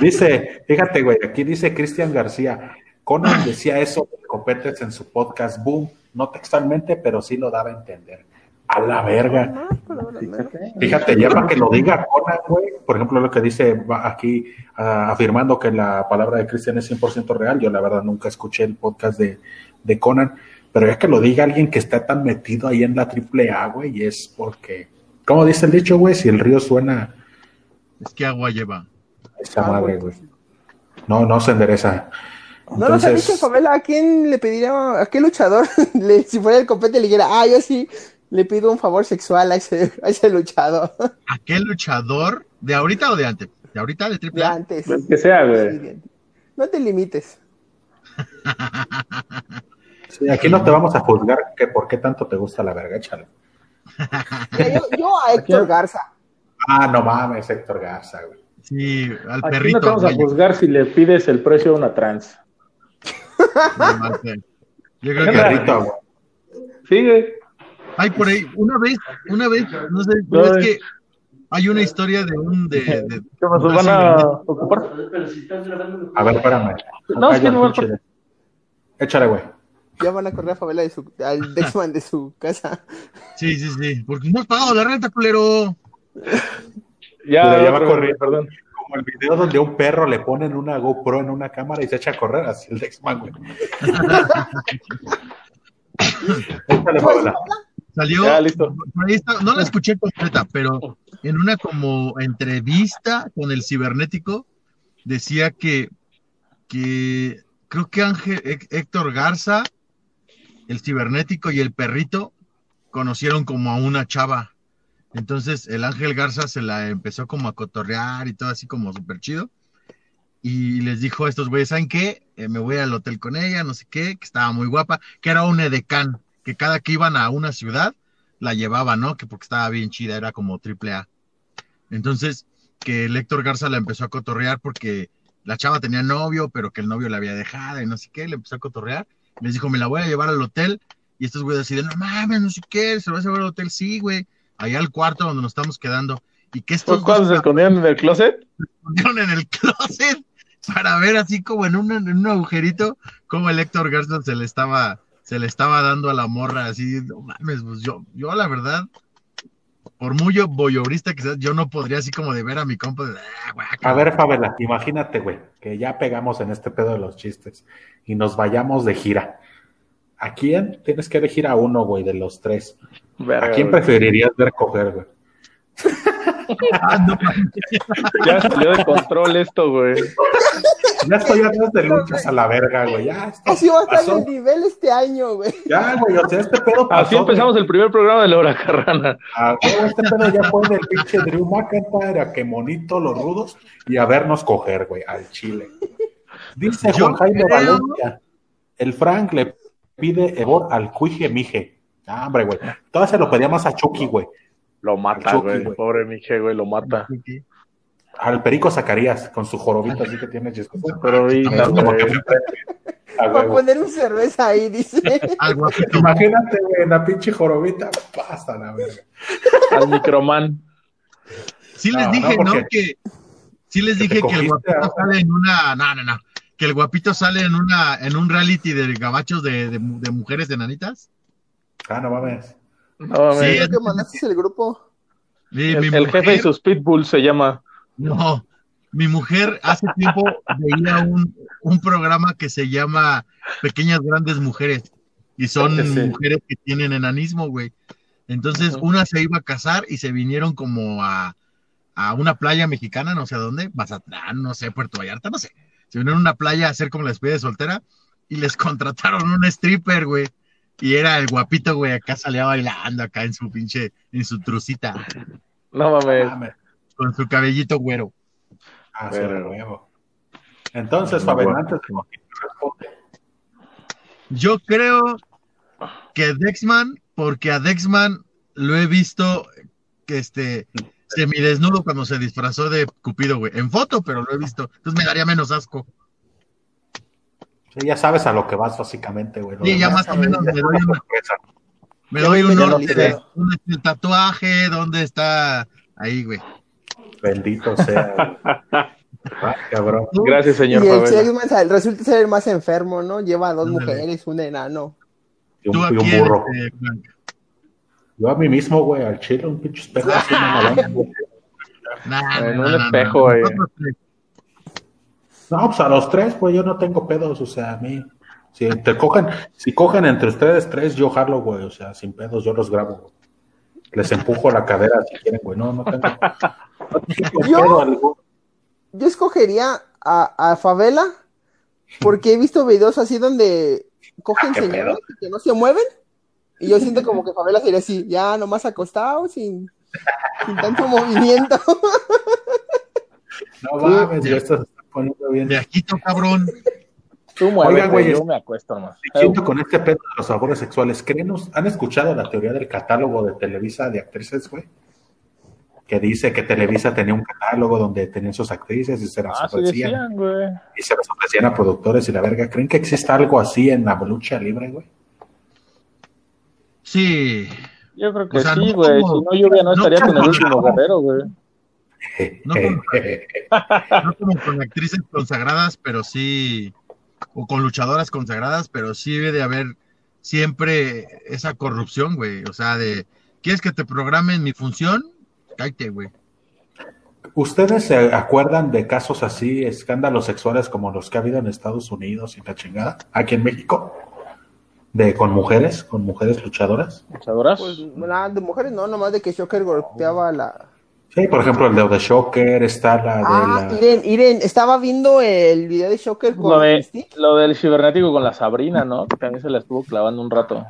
Dice, fíjate, güey, aquí dice Cristian García, Conan decía eso de copetes en su podcast, boom, no textualmente, pero sí lo daba a entender. A la verga.
Ah, pero bueno, bueno.
Fíjate, ya para que lo diga Conan, güey, por ejemplo, lo que dice va aquí ah, afirmando que la palabra de Cristian es 100% real, yo la verdad nunca escuché el podcast de, de Conan, pero ya que lo diga alguien que está tan metido ahí en la AAA, güey, es porque, como dice el dicho, güey, si el río suena,
Es que agua lleva.
esa
Ah,
madre, güey. No, no se endereza.
No nos ha dicho
Entonces,
Fabela a quién le pediría, a qué luchador, le- si fuera el compete, le dijera, ah, yo sí le pido un favor sexual a ese, a ese luchador
¿A qué luchador de ahorita o de antes? De ahorita de
de
triple A.
antes.
Del
Pues
Pues que sea,
Sí,
güey.
de antes. No te limites.
sí, aquí no te vamos a juzgar que por qué tanto te gusta la verga, échale.
Mira, yo, yo a Héctor Garza.
Ah, no mames, Héctor Garza, güey.
Sí, al
Aquí no
perrito.
te vamos a
güey.
juzgar si le pides el precio a una trans.
Yo creo que
Perrito, güey.
Sí, güey.
Ay, por ahí, una vez, una vez, no sé,
No,
es
eh.
que hay una historia de un de, de-
¿Qué más
un
van a
brasileño.
ocupar?
A ver, espérame.
No, es que no va a-
Échale. Échale, güey.
Ya van a correr a Fabela de su, al Dexman de su casa.
Sí, sí, sí, porque no has pagado la renta, culero.
Ya,
Le llama
otro,
corriendo.
perdón.
Como el video donde a un perro le ponen una GoPro en una cámara y se echa a correr así el Dexman, güey. Échale, Paola.
Salió,
Ya, listo.
por ahí está- no la escuché completa, pero en una como entrevista con el cibernético, decía que, que creo que Ángel, Hé- Héctor Garza, el cibernético y el perrito conocieron como a una chava. Entonces el Ángel Garza se la empezó como a cotorrear y todo así como súper chido. Y les dijo a estos güeyes, ¿saben qué? Eh, me voy al hotel con ella, no sé qué, que estaba muy guapa, que era un edecán, que cada que iban a una ciudad la llevaba, ¿no? Que porque estaba bien chida, era como triple A. Entonces, que el Héctor Garza la empezó a cotorrear porque la chava tenía novio, pero que el novio la había dejado y no sé qué, le empezó a cotorrear. Les dijo, me la voy a llevar al hotel. Y estos güeyes deciden, no mames, no sé qué, se lo vas a llevar al hotel, sí, güey. Allá al cuarto donde nos estamos quedando. Y que estos
¿Fue
Pues,
cuando
dos
se escondían en el closet?
escondieron en el closet para ver así como en un, en un agujerito como el Héctor Garza se le estaba se le estaba dando a la morra así no mames pues yo yo la verdad por muy yo- voyeurista que sea, yo no podría así como de ver a mi compa de, "Ah, guácala".
A ver, Fabela, imagínate, güey, que ya pegamos en este pedo de los chistes y nos vayamos de gira. ¿A quién tienes que elegir a uno, güey, de los tres? ¿A
Verga,
quién
güey.
preferirías ver coger, güey?
Ah, no, mames.
Ya salió de control esto, güey.
Ya estoy atrás de luchas a la verga, güey. Ya, esto
Así va a estar
pasó.
el nivel este año, güey.
Ya, güey, o sea, este pedo pasó.
Así empezamos el primer programa de la hora carrana.
güey. Ah, güey, este pedo ya fue del pinche Drew McIntyre, a que monito los rudos y a vernos coger, güey, al chile. Dice
Yo
Juan Jaime
creo-
Valencia, el Frank le pide Ebor al cuije mije. Ah, hombre, güey. Todavía se lo pedíamos a Chucky, güey.
Lo
El
mata,
Chucky,
güey.
güey.
Pobre Mije, güey, lo mata.
Al Perico Zacarías, con su jorobito así que tiene chiscosa.
Pero ahorita,
Es como
güey.
que me prende. Ah,
Para
güey.
poner un cerveza ahí, dice.
al guapito
Imagínate, güey, la pinche jorobita. Pasa la verga.
al microman.
sí les
No,
dije
no,
no,
porque-
que sí les
que te
dije que el
cogiste a-
guapito sale en una no no no que el guapito sale en una en un reality de gabachos de, de, de mujeres enanitas
Ah, no mames.
No, mames.
Sí,
Creo que mandaste el grupo.
Y
el,
mi
el jefe y
mujer-
sus pitbulls se llama.
No, mi mujer hace tiempo veía un, un programa que se llama Pequeñas Grandes Mujeres y son
Sí.
mujeres que tienen enanismo, güey. Entonces,
Ujú.
una se iba a casar y se vinieron como a, a una playa mexicana, no sé a dónde, Mazatlán, no sé, Puerto Vallarta, no sé. Se vinieron a una playa a hacer como la despedida de soltera y les contrataron un stripper, güey. Y era el guapito, güey, acá salía bailando acá en su pinche, en su trucita,
No
Eh,
mames.
Mames.
con su cabellito güero.
Ah,
Pero-
sobre huevo. Entonces,
Muy
Fabián,
bueno.
antes de que responde,
Yo creo que Dexman, porque a Dexman lo he visto que este semidesnudo cuando se disfrazó de Cupido, güey. En foto, pero lo he visto. Entonces me daría menos asco.
sí, ya sabes a lo que vas, básicamente, güey. Lo
Sí, ya
demás
más o menos me
es
doy,
una
una-
sorpresa.
me doy un
Ya
norte de
ligero.
dónde está el tatuaje, dónde está ahí, güey.
Bendito sea. güey. Ah, cabrón.
Gracias,
Y
señor
el
Favela.
Segman sal- resulta ser el más enfermo, ¿no? Lleva a dos
Ándale.
mujeres, un enano.
Y un,
Tú
y un
aquí,
burro.
este, Frank.
Yo a mí mismo, güey, al chile, un pinche espejo así, una malanga, güey.
Nah,
En
nah,
un
nah, nah,
Eh, espejo,
nah.
güey.
Nosotros eh, tres.
No, pues a los tres, güey, yo no tengo pedos, o sea, a mí. Si te cogen, si cogen entre ustedes tres, yo jalo, güey, o sea, sin pedos, yo los grabo, güey. Les empujo la cadera si quieren, güey. No, no tengo, no tengo
Yo-
pedo alguno.
Yo escogería a, a Favela porque he visto videos así donde cogen
¿Qué
señores que no se mueven. Y yo siento como que Favela sería así, ya nomás acostado, sin, sin tanto movimiento.
No mames, güey, esto se está poniendo bien.
Viajito, cabrón.
Tú muévete,
güey,
yo
es-
me acuesto nomás.
Siento con este pedo de los sabores sexuales, ¿creen? us- ¿Han escuchado la teoría del catálogo de Televisa de actrices, güey? Que dice que Televisa tenía un catálogo donde tenían sus actrices y se las
Ah, sí
ofrecían.
decían, güey.
Y se las ofrecían a productores y la verga. ¿Creen que exista algo así en la lucha libre, güey?
Sí.
Yo creo que
O sea,
sí,
no
güey.
como-
Si no, lluvia no
no
estaría con el
como-
último guerrero, güey.
No,
Eh,
no.
eh, eh,
no como con actrices consagradas, pero sí, o con luchadoras consagradas, pero sí debe de haber siempre esa corrupción, güey. O sea, de, ¿quieres que te programen mi función? Cállate, güey.
¿Ustedes se acuerdan de casos así, escándalos sexuales como los que ha habido en Estados Unidos y la chingada? Aquí en México. De con mujeres, con mujeres luchadoras.
Luchadoras.
Pues nada, de mujeres no, nomás de que Shocker golpeaba a la,
Sí, por ejemplo, el de The Shocker, está la de
Ah,
la...
Iren, Iren, estaba viendo el video de Shocker con
Lo, de-
Mystic
lo del cibernético con la Sabrina, ¿no? Que también se la estuvo clavando un rato.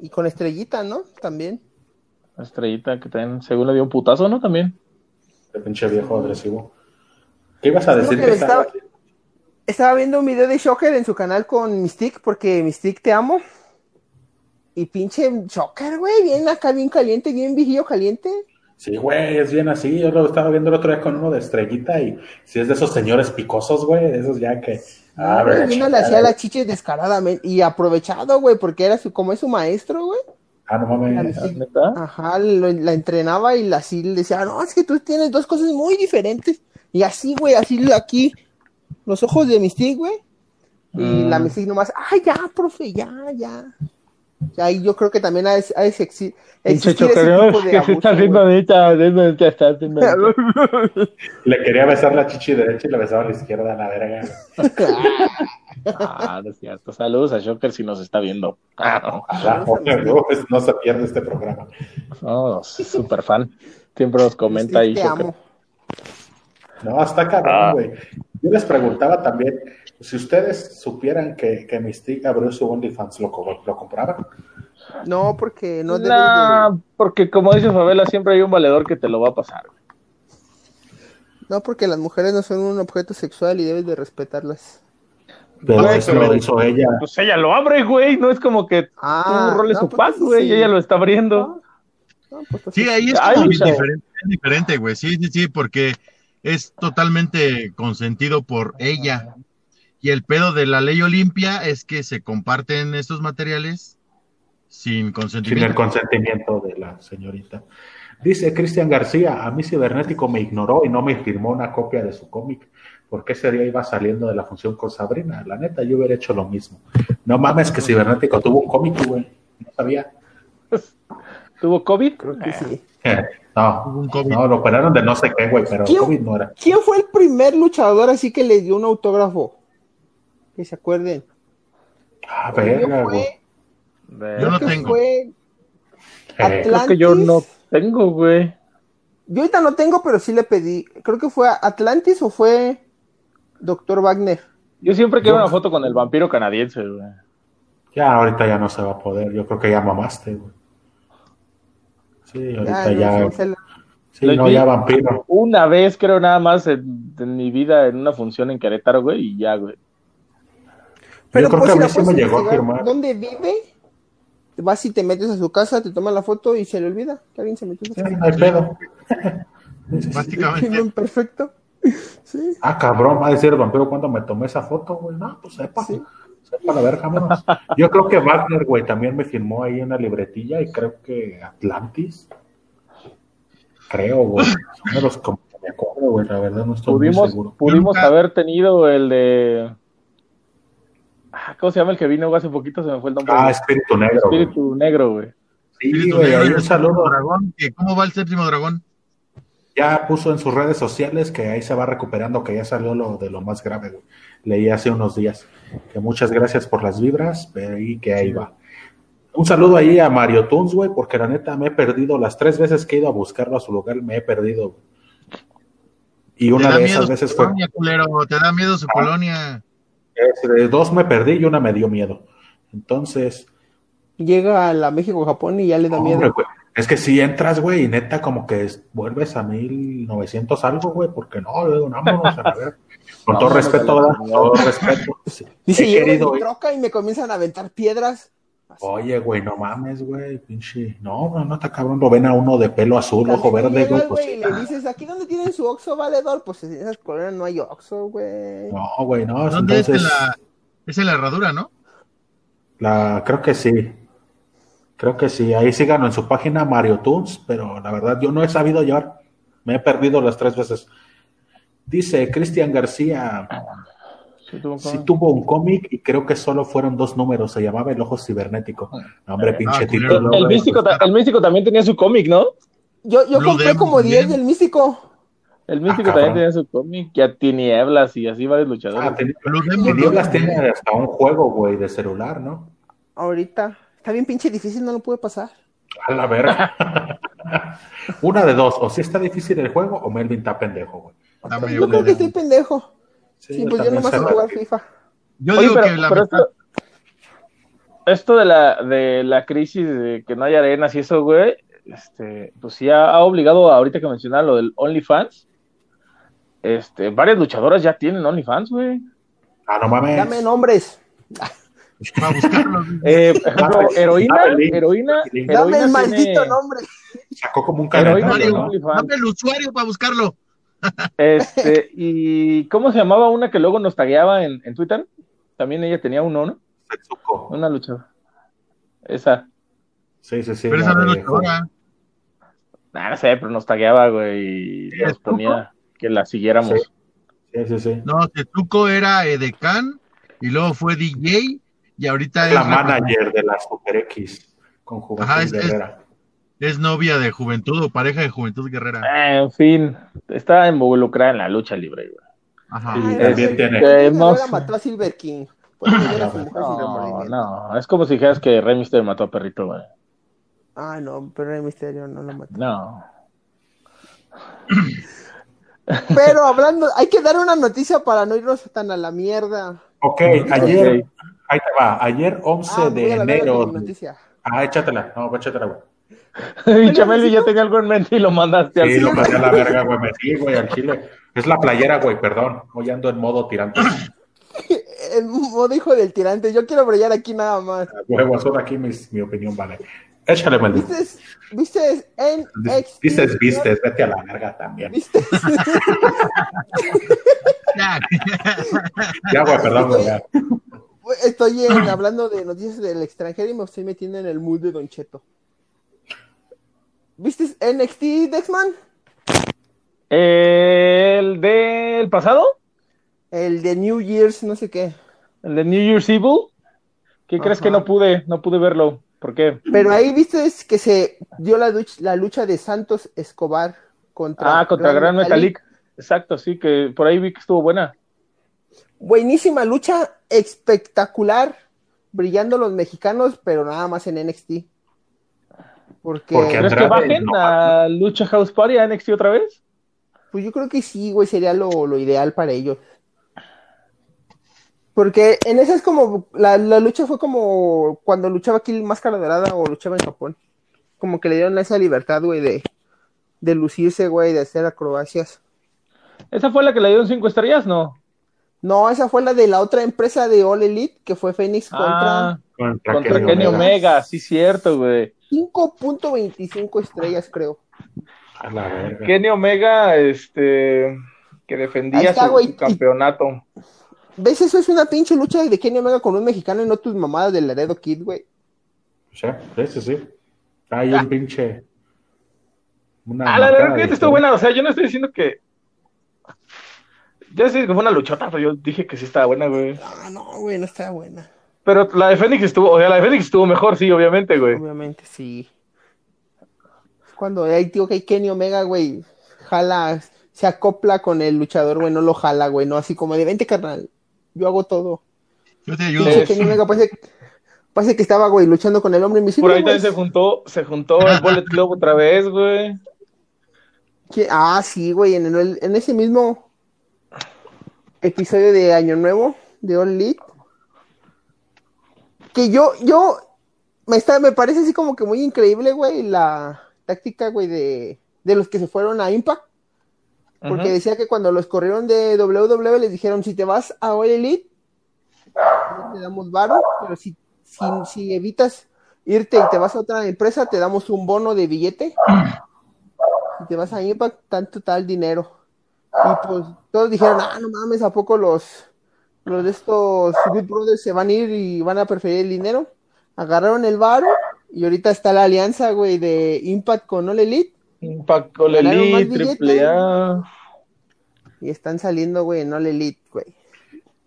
y con Estrellita, ¿no? También.
La estrellita que también, según le dio un putazo, ¿no? También.
de pinche viejo agresivo. ¿Qué ibas a
Creo
decir?
que
que
estaba-
estaba-
Estaba viendo un video de Shocker en su canal con Mystic, porque Mystic te amo. Y pinche Shocker, güey, bien acá, bien caliente, bien vigillo caliente.
Sí, güey, es bien así. Yo lo estaba viendo el otro día con uno de estrellita y si es de esos señores picosos, güey, de esos ya que... Ah,
Güey,
güey,
uno le hacía las chiches descaradamente y aprovechado, güey, porque era su, como es su maestro, güey.
Ah, no mames.
La-
¿Neta?
Ajá, lo- la entrenaba y la, así le decía, no, es que tú tienes dos cosas muy diferentes. Y así, güey, así aquí, los ojos de Mystic, güey. Y
Mm.
la Mystic nomás, ah, ya, profe, ya, ya. O sea, y yo creo que también ha de, ha de exi-
Pinche
existir ese
chocarero,
tipo de
que se
abuso,
está haciendo
güey.
neta, neta, se está haciendo neta.
Le quería besar la chichi derecha y le besaba la izquierda a la verga.
Ah, no es cierto. Saludos a Shocker si nos está viendo. Ah,
Ah,
Ojalá, ojalá, pues, no se pierde este programa.
Oh, super fan. Siempre nos comenta ahí
Mystic, te
Shocker.
amo.
No, está
Ah.
cabrón, güey. Yo les preguntaba también, si ustedes supieran que, que Mystic abrió su OnlyFans, ¿lo, co- lo compraban?
No, porque no debes
Nah,
de-
porque como dice Favela, siempre hay un valedor que te lo va a pasar. güey.
No, porque las mujeres no son un objeto sexual y debes de respetarlas.
Pero
Güey,
eso
pero-
lo hizo ella.
Pues ella lo abre, güey. No es como que
Ah,
tú roles
no,
su
pues,
paz, güey.
sí.
Ella lo está abriendo.
No, pues, pues,
Sí, ahí es
Ay,
como
o sea.
diferente, es diferente, güey. Sí, sí, sí, porque es totalmente consentido por ella. Y el pedo de la ley Olimpia es que se comparten estos materiales sin
Sin el
consentimiento.
consentimiento de la señorita. Dice Cristian García, a mí Cibernético me ignoró y no me firmó una copia de su cómic. Porque ese día iba saliendo de la función con Sabrina. La neta, yo hubiera hecho lo mismo. No mames que Cibernético tuvo un cómic, güey. No sabía.
Ah.
¿Tuvo COVID?
creo que sí.
No,
Un COVID.
no, lo operaron de no sé qué, güey, pero
¿Quién?
COVID no era.
¿Quién fue el primer luchador así que le dio un autógrafo? Que se acuerden.
Ah,
Creo
verga,
que
güey.
fue,
Eh,
Yo no
creo que
tengo.
fue
Eh,
Atl-
Creo que yo no tengo, güey.
Yo ahorita no tengo, pero sí le pedí. Creo que fue Atlantis o fue Doctor Wagner.
Yo siempre quiero
Yo-
una foto con el vampiro canadiense, güey.
ya ahorita ya no se va a poder. Yo creo que ya mamaste, güey. Sí, ahorita
Ah, no,
ya.
no sé la-
Sí,
Los
no,
vi.
ya vampiro.
Una vez, creo, nada más en, en mi vida en una función en Querétaro, güey, y ya, güey.
Pero
Yo
pues,
creo que a
si
mí
la
sí me
puedes
llegó a
investigar
firmar.
¿Dónde vive? Te Vas y te metes a su casa, te toman la foto y se le olvida que alguien se metió a su
Sí,
casa.
no hay pedo.
Crimen
Básicamente,
perfecto. Sí.
Ah, cabrón, va a decir el vampiro cuando me tomé esa foto, güey. No, pues sepa.
Sí.
Sepa la verga, vámonos. Yo creo que Wagner, güey, también me firmó ahí una libretilla y creo que Atlantis. Creo, güey. Son de los que me acuerdo, güey. La verdad no estoy muy
Pudimos,
seguro.
pudimos
Nunca-
haber tenido el de. Ah, ¿Cómo se llama el que vino hace poquito? Se me fue el nombre.
Ah, Espíritu Negro. güey.
Espíritu Negro, güey.
Sí,
Espíritu
güey,
Negro
ahí
y
un
el
saludo.
séptimo dragón. que ¿Cómo va el séptimo dragón?
Ya puso en sus redes sociales que ahí se va recuperando, que ya salió lo de lo más grave, güey. Leí hace unos días. Que muchas gracias por las vibras, pero y que ahí va. Un saludo ahí a Mario Tunes, güey, porque la neta me he perdido las tres veces que he ido a buscarlo a su lugar, me he perdido. güey. Y
Te
una
da
de
miedo
esas
su
veces fue
colonia, culero, te da miedo su colonia.
es, de dos me perdí y una me dio miedo. Entonces,
Llega a la México-Japón y ya le da miedo.
hombre, güey, es que si entras, güey, y neta como que es- vuelves a 1900 algo, güey, porque no, luego, vámonos a la verga. Con todo
Vámonos a
respeto,
la
¿verdad? Con todo respeto. sí.
Dice,
He
llego en
querido
mi
ir.
troca y me comienzan a aventar piedras. Así.
Oye, güey, no mames, güey, pinche. No, no, no está cabrón, lo ven a uno de pelo azul,
También
ojo
tú
verde,
llegas,
güey, pues,
y
ah,
le dices, ¿aquí dónde tienen su Oxxo valedor? Pues en esas colonias no hay Oxxo, güey.
No, güey, no,
¿Dónde es
entonces
en la, es en la herradura, no?
la creo que sí. Creo que sí, ahí síganlo en su página Mario Tunes, pero la verdad yo no he sabido llevar. Me he perdido las tres veces. Dice Cristian García,
Sí, tuvo un
Sí
cómic.
tuvo un cómic y creo que solo fueron dos números. Se llamaba El Ojo Cibernético. No, hombre, pinche
Ah,
título.
culero.
El, el
güey.
místico, ta- el místico también tenía su cómic, ¿no?
Yo, yo
Blue
compré
Demon
como 10
también.
del místico.
El místico
Ah,
también
cabrón.
tenía su cómic. Ya tinieblas y así varios luchadores.
Ah, ten-
Blue Demon,
Tinieblas
¿no?
tiene hasta un juego, güey, de celular, ¿no?
Ahorita. Está bien pinche difícil, no lo pude pasar.
A la verga. Una de dos, o si está difícil el juego o Melvin está pendejo, güey.
Dame
Yo
una
creo que
de-
estoy pendejo.
Sí,
Sí,
yo
pues yo
también
nomás sé
sé.
jugar FIFA.
Yo
Oye,
digo
pero-
que la
pero
mitad.
esto, esto de la de la crisis de que no hay arenas y eso, güey, este, pues sí ha, ha obligado a, ahorita que mencionaba lo del OnlyFans. Este, varias luchadoras ya tienen OnlyFans, güey.
Ah, no mames.
Dame nombres.
Para buscarlo.
Eh, por ejemplo,
Dame-
heroína,
dame link.
heroína,
Dame
heroína
Dame el
tiene-
maldito nombre.
Sacó como un
Heroína
calendario,
tiene
¿no?
OnlyFans.
Dame el usuario para buscarlo.
Este, y ¿cómo se llamaba una que luego nos tagueaba en, en Twitter? También ella tenía uno, ¿no?
Setsuko.
Una luchadora. Esa.
Sí, sí, sí.
Pero esa
la
no es
de-
luchadora.
Nah, no sé, pero nos tagueaba, güey, y nos ponía que la siguiéramos.
Sí. Sí, sí, sí.
No, Tetsuko era Edecan y luego fue DJ y ahorita es,
La manager de la Super X con
Ajá,
Juventud
es- es-
Guerrera.
es novia de Juventud o pareja de Juventud Guerrera.
Eh, en fin, está involucrada en la lucha libre, güey.
Ajá.
Sí,
Ay,
también
no,
tiene. Ah,
Juventud Guerrera
Hemos-
mató a Silver King. Pues, Por eso era su mujer sin
No,
remordimiento.
no, es como si dijeras que Rey Mysterio mató a Perrito, güey.
Ah, no, pero el misterio no lo mató.
No.
Pero hablando, hay que dar una noticia para no irnos tan a la mierda.
Ok, ayer,
Ok.
ahí te va, ayer 11
Ah, voy
de
a la verga
enero.
con mi noticia.
Ah, échatela, no, pues échatela, güey.
Pinche Melvin ya tenía algo en mente y lo mandaste al
Sí, lo
cine.
mandé a la verga, güey, me fui, güey, al chile. Es la playera, güey, perdón. Hoy ando en modo tirante.
El modo hijo del tirante, yo quiero brillar aquí nada más.
Huevo, solo aquí mis- mi opinión vale. Échale, maldito.
¿Viste? ¿Viste? En
Dices, dices, vistes, vete a la verga también.
¿Viste?
Ya.
Ya, güey, perdón, güey. ya.
Estoy en- hablando de noticias del extranjero y me estoy metiendo en el mood de Don Cheto. ¿Viste NXT, Dexman?
¿El del pasado?
El de New Year's, no sé qué.
¿El de New Year's Evil? ¿Qué crees
Ajá.
que no pude? No pude verlo. ¿Por qué?
Pero ahí viste es que se dio la, duch- la lucha de Santos Escobar contra.
Ah, contra Gran
Metalik.
Metalik. Exacto, sí, que por ahí vi que estuvo buena.
Buenísima lucha, espectacular, brillando los mexicanos, pero nada más en NXT. Porque,
Porque
¿Crees que
Andrade,
bajen
no.
a Lucha House Party a NXT otra vez?
pues yo creo que sí, güey, sería lo, lo ideal para ellos. Porque en esa es como, la, la lucha fue como cuando luchaba aquí el Máscara Dorada o luchaba en Japón. Como que le dieron esa libertad, güey, de, de lucirse, güey, de hacer acrobacias.
Esa fue la que le dieron cinco estrellas, ¿no?
No, esa fue la de la otra empresa de All Elite, que fue Phoenix contra...
Ah,
Contra,
contra Kenny Omega, sí, cierto, güey.
5.25 estrellas, creo.
A la verga.
Kenny Omega, este, que
Ahí
defendía
está,
su
güey.
campeonato.
¿Ves? Eso es una pinche lucha de Kenny Omega con un mexicano y no tus mamadas del Laredo Kid, güey.
Sí, sí, sí, sí. Hay un pinche. Una
Ah, la
marcada
verdad que
de-
estuvo buena, o sea, yo no estoy diciendo que... Ya sé que fue una luchota, pero yo dije que sí estaba buena, güey.
Ah, no, güey, no está buena.
Pero la de Fénix estuvo, o sea, la de Fénix estuvo mejor, sí, obviamente, güey.
Obviamente, sí. Es Cuando hay tío que hay Kenny Omega, güey, jala, se acopla con el luchador, güey, no lo jala, güey, no así como de, vente, carnal, yo hago todo.
Yo te ayudo.
Pinche Kenny Omega parece, parece que estaba, güey, luchando con el hombre invisible,
Por ahí
güey.
también se juntó, se juntó el Bullet Club otra vez, güey.
Que- Ah, sí, güey, en, el- en ese mismo episodio de Año Nuevo de All Elite. Que yo, yo, me, está, me parece así como que muy increíble, güey, la táctica, güey, de, de los que se fueron a Impact. Porque
Ujú.
decía que cuando los corrieron de WWE les dijeron, si te vas a All Elite, no te damos varo, pero si, si, si evitas irte y te vas a otra empresa, te damos un bono de billete. Si te vas a Impact, tanto tal dinero. Y pues todos dijeron, ah, no mames, ¿a poco los, los de estos Good Brothers se van a ir y van a preferir el dinero? Agarraron el varo y ahorita está la alianza, güey, de Impact con All Elite.
Impact, All
¿Ganaron más
Elite,
billetes?
Triple A.
Y están saliendo, güey, en All Elite, güey.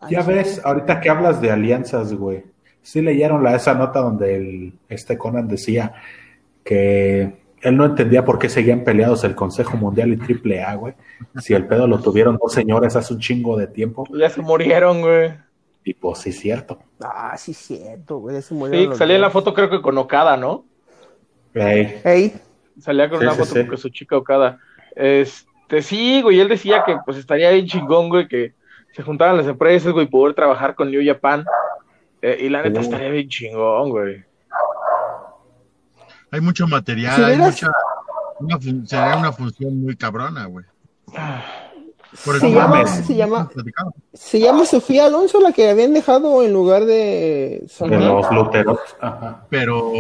Ya
Al
ves,
chile.
ahorita que hablas de alianzas, güey. Sí leyeron la, esa nota donde el, este Conan decía que él no entendía por qué seguían peleados el Consejo Mundial y AAA, güey. Si el pedo lo tuvieron dos señores hace un chingo de tiempo.
Ya se murieron, güey.
Y pues sí, cierto.
Ah, sí, cierto, güey. ya se murieron
Sí,
los
salía en la
dos.
foto creo que con Okada, ¿no?
Ey,
Ey,
Salía con
Sí,
una
sí,
foto
sí.
con su chica Okada. Este, sí, güey, él decía que pues estaría bien chingón, güey, que se juntaran las empresas, güey, poder trabajar con New Japan. Eh, y la neta
Sí.
estaría bien chingón, güey.
Hay mucho material,
Si
hay
hubieras-
mucha. Una, fun- sería una función muy cabrona, güey. Por
Se
ejemplo,
llama,
mames.
se llama,
platicado.
se llama Sofía Alonso, la que habían dejado en lugar de
de
Sonia.
los luteros. Ajá.
Pero,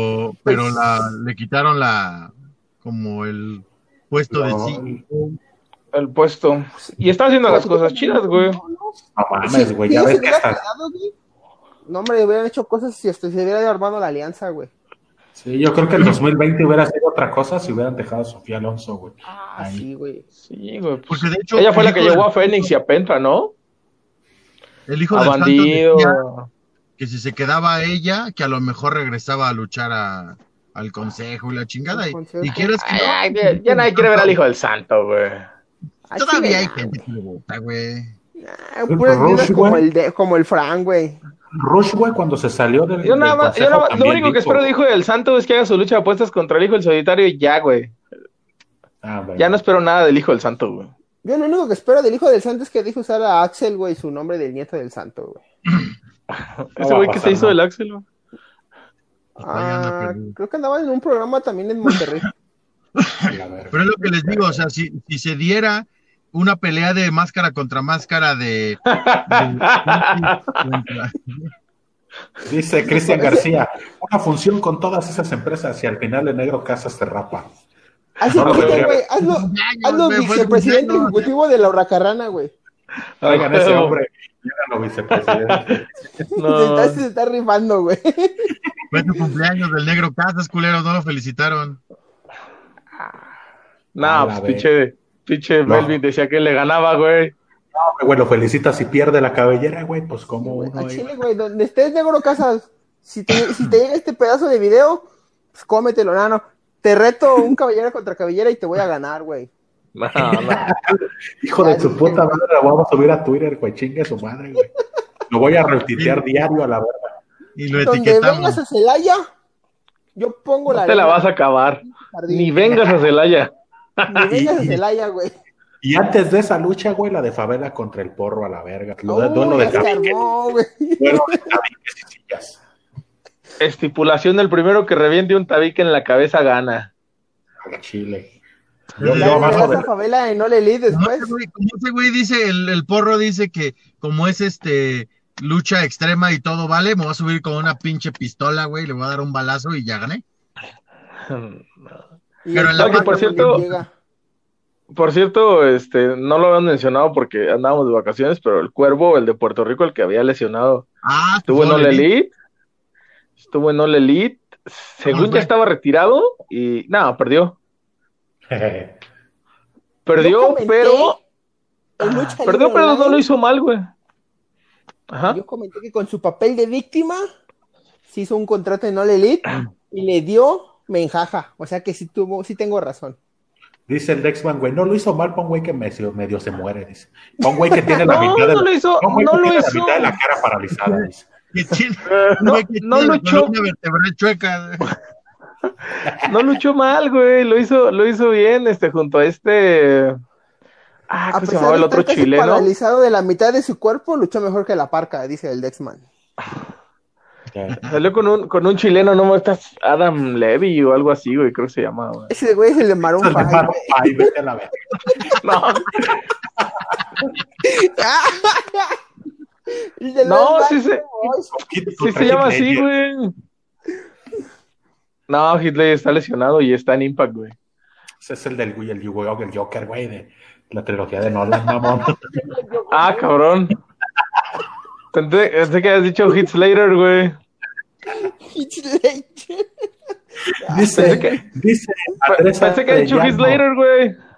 pero
Pues-
la, le quitaron la. Como el puesto de
No.
sí.
El puesto.
Pues
Y está haciendo las cosas chidas, güey.
No mames, güey,
Si
ya
ella
ves
se
que
hubiera
hasta...
quedado, güey, No, hombre, hubieran hecho cosas si hasta se hubiera armado la alianza, güey.
Sí, yo creo que el 2020 hubiera sido otra cosa si hubieran dejado a Sofía Alonso, güey.
Ah,
Ahí.
sí, güey.
Sí, güey. pues,
Porque de hecho.
ella fue la
el
que
hijo
llevó a
pues,
del-
Fénix y a Penta, ¿no?
El hijo
A
del santo
Bandido.
pues,
decía que si se quedaba ella, que a lo mejor regresaba a luchar a- al consejo y la chingada.
Al
Y,
consejo.
y quieres que.
Ay, ay, ya, ya nadie quiere ver al hijo del santo, güey.
Ay, sí,
Todavía hay
güey,
gente que le vota, güey.
ah, puras
Rush,
vidas como
güey.
el, de, como el Fran, güey.
Rush, güey, cuando se salió del.
Yo nada
del
más, yo
consejo
nada más- lo
también
único que
dijo-
espero del hijo del santo es que haga su lucha de apuestas contra el hijo del solitario y ya, güey.
Ah, bueno.
Ya no espero nada del hijo del santo, güey.
Yo lo único que espero del hijo del santo es que deje usar a Axel, güey, su nombre del nieto del santo, güey.
No
Ese
va a
güey que
pasar,
se hizo
¿no?
del Axel, güey.
Ahí anda
Ah,
perdido.
creo que andaba en un programa también en Monterrey.
La verga.
Pero es lo que les digo, o sea, si, si se diera una pelea de máscara contra máscara de... de-
Dice Cristian García, una función con todas esas empresas y al final el negro Casas se rapa.
Así
No,
que,
güey.
güey, hazlo, hazlo
me fue
vicepresidente
escuchando.
ejecutivo de la hurracarrana, güey.
Oigan,
Ah,
ese
huevo.
hombre, lo vicepresidente.
No.
Se, está, se está rifando, güey.
Fue tu cumpleaños del negro Casas, culeros, no lo felicitaron.
Nah,
A
pues
la
pinche, pinche
No.
Melvin decía que le ganaba, güey.
Güey, lo felicita si pierde la cabellera, güey, pues como uno.
A
ahí-
Chile, güey, donde estés, negro Casas, si te, si te llega este pedazo de video, pues cómetelo, nano. Te reto un cabellera contra cabellera y te voy a ganar, güey.
No, no.
Hijo de su puta madre, lo vamos a subir a Twitter, güey, chingue su madre, güey. Lo voy a retuitear diario a la verga.
Y lo
Donde
etiquetamos.
vengas a Celaya, yo pongo la
No te la
arena
vas a acabar.
jardín.
Ni vengas a Celaya.
Ni vengas a Celaya, güey.
Y antes de esa lucha, güey, la de Favela contra el porro a la verga. Lo de
Uy,
duelo de
ya se
caciques,
armó, güey.
duelo de caciques y sillas.
Estipulación del primero que reviente un tabique en la cabeza gana.
Al Chile.
Ya
Yo,
Ya
yo
le
abajo
das
de
a Favela en Ole Elite
No,
después.
ese güey- como ese güey dice, el, el porro dice que como es este lucha extrema y todo vale, me voy a subir con una pinche pistola, güey, le voy a dar un balazo y ya gané.
Y el
Pero en la
Tony
parte-
por cierto, llega.
Por cierto, este, no lo habían mencionado porque andábamos de vacaciones, pero el cuervo, el de Puerto Rico, el que había lesionado,
Ah,
estuvo en
no
All
le di.
Elite. Estuvo en All Elite.
Ah,
Según
güey.
ya estaba retirado y nada, perdió.
Pero
Yo
Perdió,
comenté
pero. Ah,
en Lucha Libre
Perdió, pero no
Online,
lo hizo mal, güey. Ajá.
Yo comenté que con su papel de víctima se hizo un contrato en All Elite y le dio menjaja. O sea que sí tuvo, sí tengo razón.
Dice el Dexman, güey, no lo hizo mal, pon güey que medio, medio se muere, dice. Pon güey que tiene la
No,
mitad de
no lo hizo,
pon güey
no
que
lo
tiene
hizo.
la mitad de la cara paralizada, dice.
Que tiene-
No,
güey, que
no
tiene
lo
la
echó.
columna vertebral chueca.
No luchó mal, güey. Lo hizo, lo hizo bien, este, junto a este. Ah,
A
¿cómo se
pesar
llamaba el
de estar
otro
casi
chileno?
paralizado de la mitad de su cuerpo, luchó mejor que la parca, dice el Dexman.
Salió con un, con un chileno, no estás Adam Levy o algo así, güey, creo que se llamaba, güey.
Ese güey es el de Maroon
Entonces, le
five,
paro,
güey.
Ah, ay, vete a la verga.
No,
El de
No,
los
sí
Backstreet
se-
Boys.
Quita tu
sí se
traje
llama
Blazer.
así, güey. No, Hitler está lesionado y está en Impact, güey.
Ese es el del güey, el Joker, el Joker, güey, de la trilogía de Nolan, mamón.
Ah, cabrón. Pensé, pensé que habías dicho Hit Slater, güey.
Hitler.
Dice,
Pensé que-
dice Andrés
Pensé que habías dicho Hit
Arellano.
Slater, güey.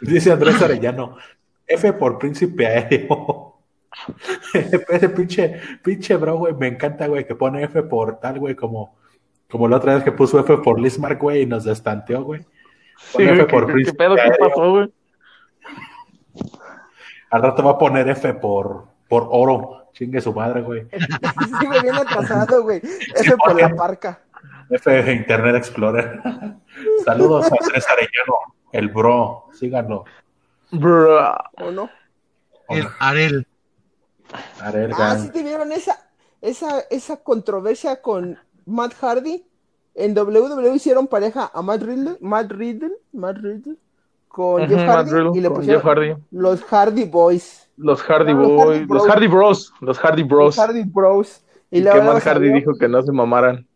Dice Andrés Arellano. F por príncipe aéreo. Ese pinche, pinche bro, güey, me encanta, güey, que pone F por tal, güey, como, como la otra vez que puso F por Lismark, güey, y nos destanteó, güey.
Sí,
Con F
güey,
por
¿qué, qué
príncipe
pedo? ¿Qué
aéreo.
pasó, güey?
Al rato va a poner F por, por oro. Chingue su madre, güey.
Sí, güey, bien atrasado, güey. Ese por la parca.
F de Internet Explorer. Saludos a César Arellano, el bro. Síganlo.
Bro.
¿O no?
El Arel.
Arel
Ah,
Gang.
¿sí te vieron esa, esa, esa controversia con Matt Hardy? En WWE hicieron pareja a Matt Riddle, Matt Riddle, Matt Riddle, con
Ujú,
Jeff Hardy
Matt Riddle
y le
con
pusieron
Jeff Hardy.
los Hardy Boys,
Los Hardy
No, los Hardy
Boys,
Bros.
los Hardy Bros, los Hardy Bros.
los Hardy Bros.
Y,
la
que
verdad
Matt Hardy
salió,
dijo que no se mamaran.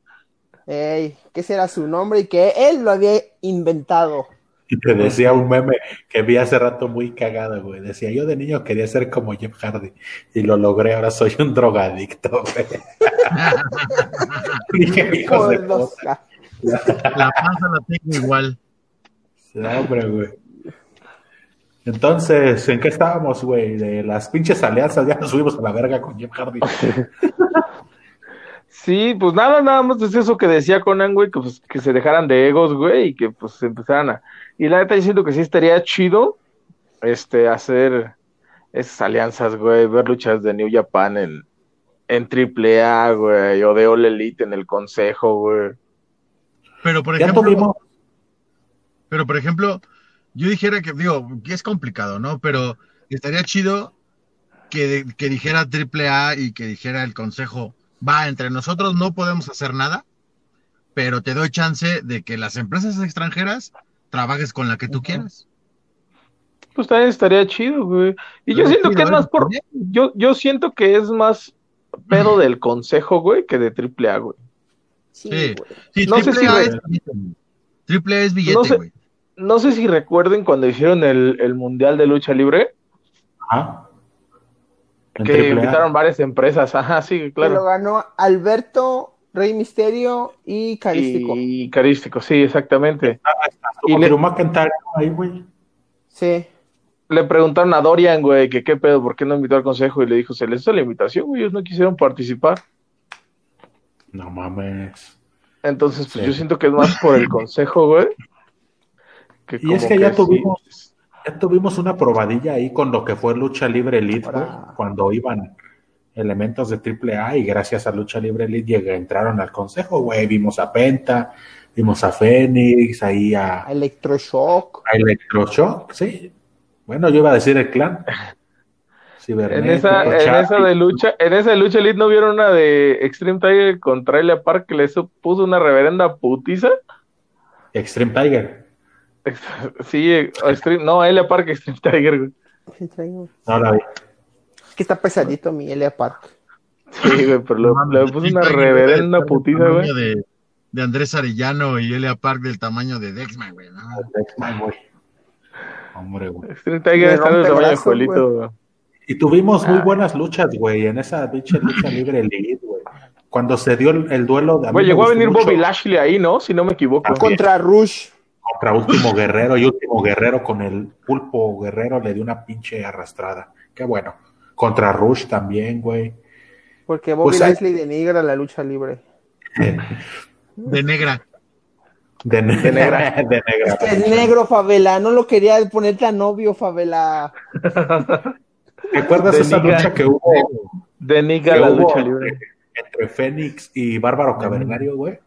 ey, que ese era su nombre y que él lo había inventado.
Y te decía un meme que vi hace rato muy cagado, güey. Decía, yo de niño quería ser como Jeff Hardy y lo logré, ahora soy un drogadicto, güey. Dije, hijos de
Por los-
puta.
ah,
La panza la tengo igual.
No, hombre, güey. Entonces, ¿en qué estábamos, güey? De las pinches alianzas, ya nos subimos a la verga con Jeff Hardy.
Sí, pues nada, nada más es eso que decía Conan, güey, que, pues, que se dejaran de egos, güey, y que pues se empezaran a... Y la neta, yo siento que sí estaría chido este, hacer esas alianzas, güey, ver luchas de New Japan en, en AAA, güey, o de All Elite en el Consejo, güey.
Pero por
Ya
ejemplo,
tuvimos,
pero por ejemplo, yo dijera que, digo, que es complicado, ¿no? Pero estaría chido que, que dijera AAA y que dijera el consejo, va, entre nosotros no podemos hacer nada, pero te doy chance de que las empresas extranjeras trabajes con la que tú quieras.
Pues también estaría chido, güey. Y yo
Estaría
siento
chido,
que es
¿no?
más por... Yo, yo siento que es más pedo del Consejo, güey, que de AAA, güey.
sí,
Sí.
güey.
Sí,
No sé si
AAA
lo-
es billete. AAA es billete,
No sé.
güey.
No sé si recuerden cuando hicieron el, el Mundial de Lucha Libre,
ajá. ¿ah? En
que
AAA.
invitaron varias empresas. Ajá, sí,
Que lo
claro.
ganó Alberto, Rey Misterio y Carístico.
Y carístico, sí, exactamente.
Estuvo
y le-
Drew McIntyre ahí, güey.
Sí.
Le preguntaron a Dorian, güey, que qué pedo, por qué no invitó al consejo. Y le dijo, se les hizo la invitación, güey, ellos no quisieron participar.
No mames.
Entonces, pues
Sí.
yo siento que es más por el consejo, güey. que
Y es
como
que ya
sí.
tuvimos- Ya tuvimos una probadilla ahí con lo que fue Lucha Libre Elite, güey,
Ahora-
cuando iban elementos de AAA y gracias a Lucha Libre Elite llega- entraron al consejo, güey. Vimos a Penta, vimos a Fénix, ahí a, a
Electroshock.
Electroshock, sí. Bueno, yo iba a decir el clan.
En
Cibernético,
esa, en
Charlie.
esa de lucha, en esa de lucha elite no vieron una de Extreme Tiger contra Elia Park que le su- puso una reverenda putiza.
Extreme Tiger.
Sí, eh, Extreme, no, Elia Park, Extreme Tiger, güey.
No la vi.
Que está pesadito mi Elia Park.
Sí, güey, pero
No
le,
mames,
le puso
sí,
una
Tiger
reverenda
del
putiza,
tamaño
güey.
De, de Andrés Arellano y Elia Park del tamaño de Dexman, güey. ¿no?
X-Men, güey. Hombre, güey.
Extreme Tiger
Le
está del
rompe
tamaño de
brazos, güey.
Joelito, güey.
Y tuvimos
Ah.
muy buenas luchas, güey, en esa pinche lucha libre elite, güey. Cuando se dio el, el duelo de. mí
Güey,
me
llegó a
gustó
venir
mucho
Bobby Lashley ahí, ¿no? Si no me equivoco.
Ah,
Contra Rush.
Contra Último Guerrero y Último Guerrero con el Pulpo Guerrero le dio una pinche arrastrada. Qué bueno. Contra Rush también, güey.
Porque Bobby
Pues hay-
Lashley denigra la lucha libre.
De negra.
De, ne-
De negra.
de negra.
Es que es negro, Favela. No lo quería poner tan novio, Favela.
¿Te acuerdas
De
esa
negra.
lucha que hubo,
Deniga
que
la
hubo
lucha libre.
entre, entre Fénix y Bárbaro Cavernario, güey?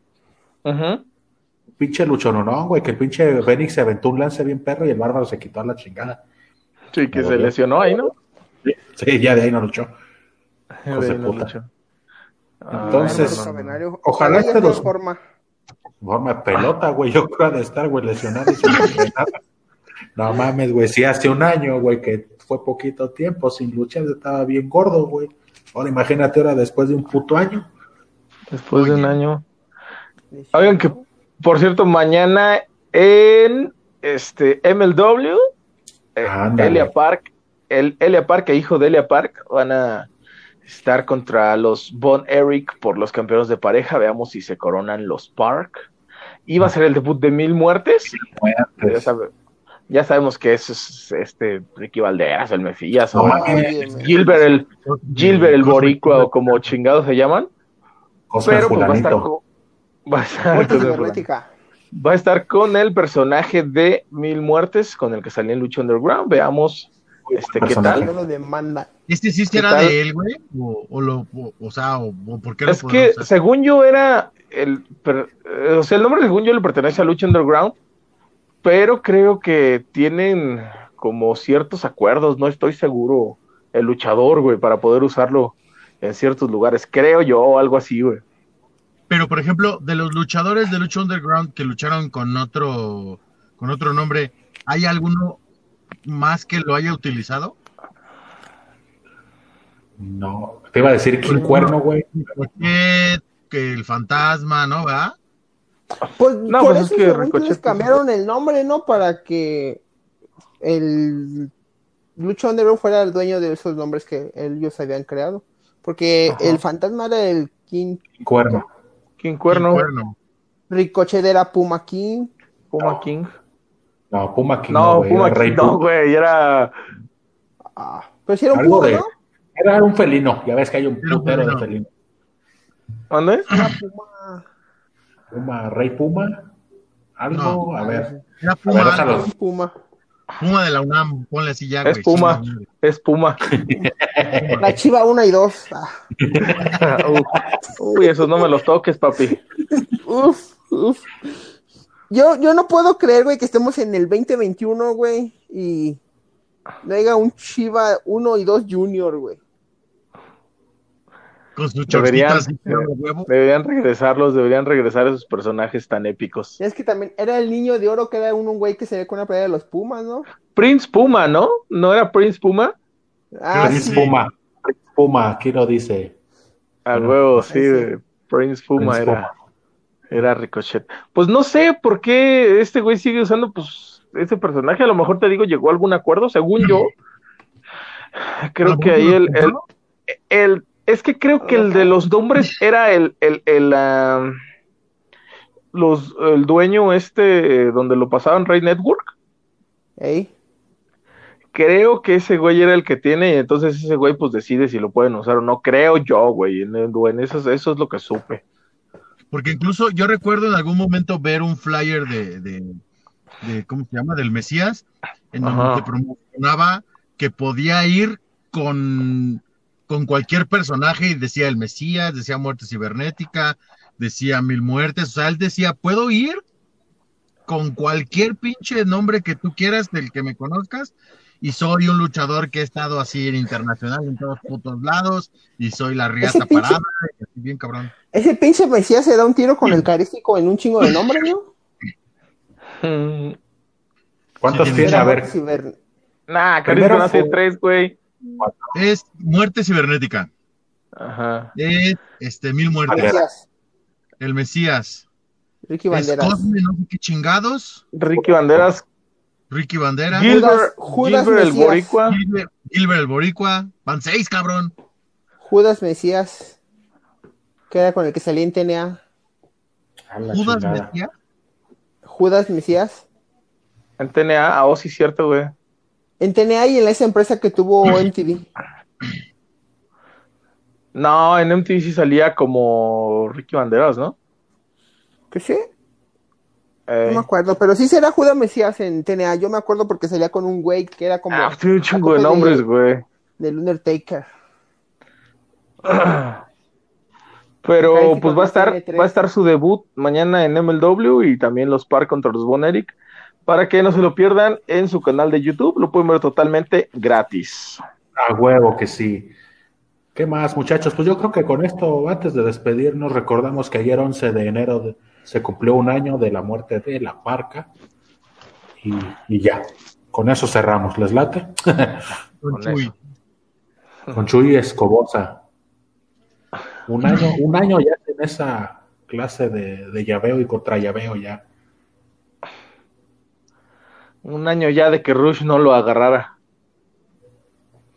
Ujú.
Pinche luchononón, güey, que el pinche Fénix se aventó un lance bien perro y el Bárbaro se quitó a la chingada.
Sí, que
Me
se
volvió.
lesionó ahí, ¿no?
Sí, ya de ahí no luchó. Hijo de
Ahí no
puta.
luchó.
Ah,
Ay,
Entonces,
no, no, no.
Ojalá
este
este
los...
los-
forma.
Forma de pelota, güey. Yo creo de estar, güey, lesionado. y sin entrenar. no mames, güey. Si hace un año, güey, que fue poquito tiempo sin luchar, estaba bien gordo, güey. Ahora imagínate ahora después de un puto año.
Después de un año. Oigan,
Oigan,
que por cierto, mañana en este MLW, eh,
Ándale.
Elia Park, el Elia Park e hijo de Elia Park van a estar contra los Von Eric por los campeones de pareja. Veamos si se coronan los Park. Iba a ser el debut de Mil Muertes.
Pues,
Ya, sabe- ya sabemos que eso es este Ricky Valderas, el Mefillas,
No
o
mames,
Gilbert el, Gilbert el
Pues,
Boricua, o como chingados se llaman.
Cosme
Pero pues va a estar
fulanito.
co- va a estar con el-
cibernética.
va a estar con el personaje de Mil Muertes, con el que salió en Lucha Underground. Veamos este qué
personaje.
No
tal.
lo demanda.
¿Este sí
¿Qué
será
tal?
de él, güey? O, o lo, o, o sea, o, o por qué lo
Es
podrá
que
usar?
según yo era el per- eh, o sea, el nombre según yo le pertenece a Lucha Underground, pero creo que tienen como ciertos acuerdos, no estoy seguro, el luchador, güey, para poder usarlo en ciertos lugares, creo yo, algo así, güey.
Pero, por ejemplo, de los luchadores de Lucha Underground que lucharon con otro, con otro nombre, ¿hay alguno más que lo haya utilizado?
No, te iba a decir King Cuerno, güey.
Porque Pues que el fantasma, ¿no? ¿Verdad?
Por,
No,
por
pues es
eso
que
según tú les
Ricochet-
cambiaron el nombre, ¿no? Para que el Lucha Underground fuera el dueño de esos nombres que ellos habían creado. Porque el fantasma era el King,
King Cuerno.
King Cuerno,
King Cuerno.
Ricochet era Puma King,
Puma
No.
King.
No, Puma King.
No,
güey,
Puma
era Rey
King, no,
Puma.
güey, era...
Ah, pero si era un
Algo
puma,
de-
¿no?
Era un felino, ya ves que hay un
Era un
putero de
felino.
felino.
¿Dónde?
Ah,
Era puma.
Puma, Rey Puma, algo,
No.
a ver.
Era
A ver,
Puma,
déjalo.
algo.
Puma.
Puma de la UNAM, ponle así ya,
Es
güey.
Puma.
chinga madre.
Es Puma.
La chiva 1 y 2. Ah,
Uy, esos no me los toques, papi.
uf, uf. Yo, yo no puedo creer, güey, que estemos en el 2021, güey, y no haya un Chiva 1 y 2 Junior, güey.
Con sus
Deberían.
chorcitas así, de huevo.
Deberían regresarlos, deberían regresar esos personajes tan épicos.
Es que también era el niño de oro que era un, un güey que se ve con una playera de los Pumas, ¿no?
Prince Puma, ¿no? ¿No era Prince Puma?
Ah,
Creo
sí.
que
Rey
sí.
Puma, Rey Puma, aquí lo dice.
A
Era
huevo, Ah, sí,
ese.
güey. Prince Puma
Prince
era, era Ricochet. Pues no sé por qué este güey sigue usando, pues, ese personaje. A lo mejor te digo, llegó a algún acuerdo, según yo. Creo que ahí el, el, el- es que creo que el de los nombres era el, el, el, ah, los, el dueño este, eh, donde lo pasaban Rey Network.
Ey.
Creo que ese güey era el que tiene, y entonces ese güey pues decide si lo pueden usar o no. Creo yo, güey. En, en eso, eso es lo que supe.
Porque incluso yo recuerdo en algún momento ver un flyer de, de, de ¿cómo se llama? Del Mesías, en donde
Ajá.
te promocionaba que podía ir con, con cualquier personaje y decía el Mesías, decía muerte cibernética, decía mil muertes, o sea, él decía, puedo ir con cualquier pinche nombre que tú quieras, del que me conozcas, y soy un luchador que he estado así en internacional, en todos putos lados, y soy la riata
pinche-
parada, y así bien cabrón.
Ese pinche Mesías se da un tiro con el carístico en un chingo de nombres, ¿no?
Mm,
¿Cuántos
Sí,
tiene?
tiene
A ver,
Ciber-
Nah,
Primero
Carisma no hace
fue-
tres, güey.
Es muerte cibernética.
Ajá.
Es este, mil muertes.
A ver.
Mesías.
El Mesías.
Ricky
Es
Banderas.
Cosme, no sé qué chingados.
Ricky Banderas,
Ricky Bandera.
Gil-
Gilbert,
Judas
Gilbert el
Mesías.
Boricua,
Gilbert, Gilbert el Boricua. Van seis, cabrón.
Judas Mesías. Que era con el que salía en TNA.
a la
Judas
chingada.
Mesías.
Judas Mesías.
en TNA, ah, oh, sí, cierto, güey.
En TNA y en esa empresa que tuvo MTV.
No, en MTV sí salía como Ricky Banderas, ¿no?
¿Qué sé? No
Eh,
me acuerdo, pero sí será Judas Mesías en TNA. Yo me acuerdo porque salía con un güey que era como
ah, tiene un chingo de
la cosa
nombres, güey.
del Undertaker.
Pero
Carisma
pues va a estar,
tiene tres.
va a estar su debut mañana en MLW y también los par contra los Von Eric. Para que no se lo pierdan en su canal de YouTube, lo pueden ver totalmente gratis.
A huevo que sí. ¿Qué más, muchachos? Pues yo creo que con esto, antes de despedirnos, recordamos que ayer 11 de enero de- se cumplió un año de la muerte de la parca. Y, y ya, con eso cerramos. ¿Les late?
Con
Con
Chuy.
eso.
con Chuy Escobosa. Un año, un año ya en esa clase de, de llaveo y contra llaveo ya.
Un año ya de que Rush no lo agarrara.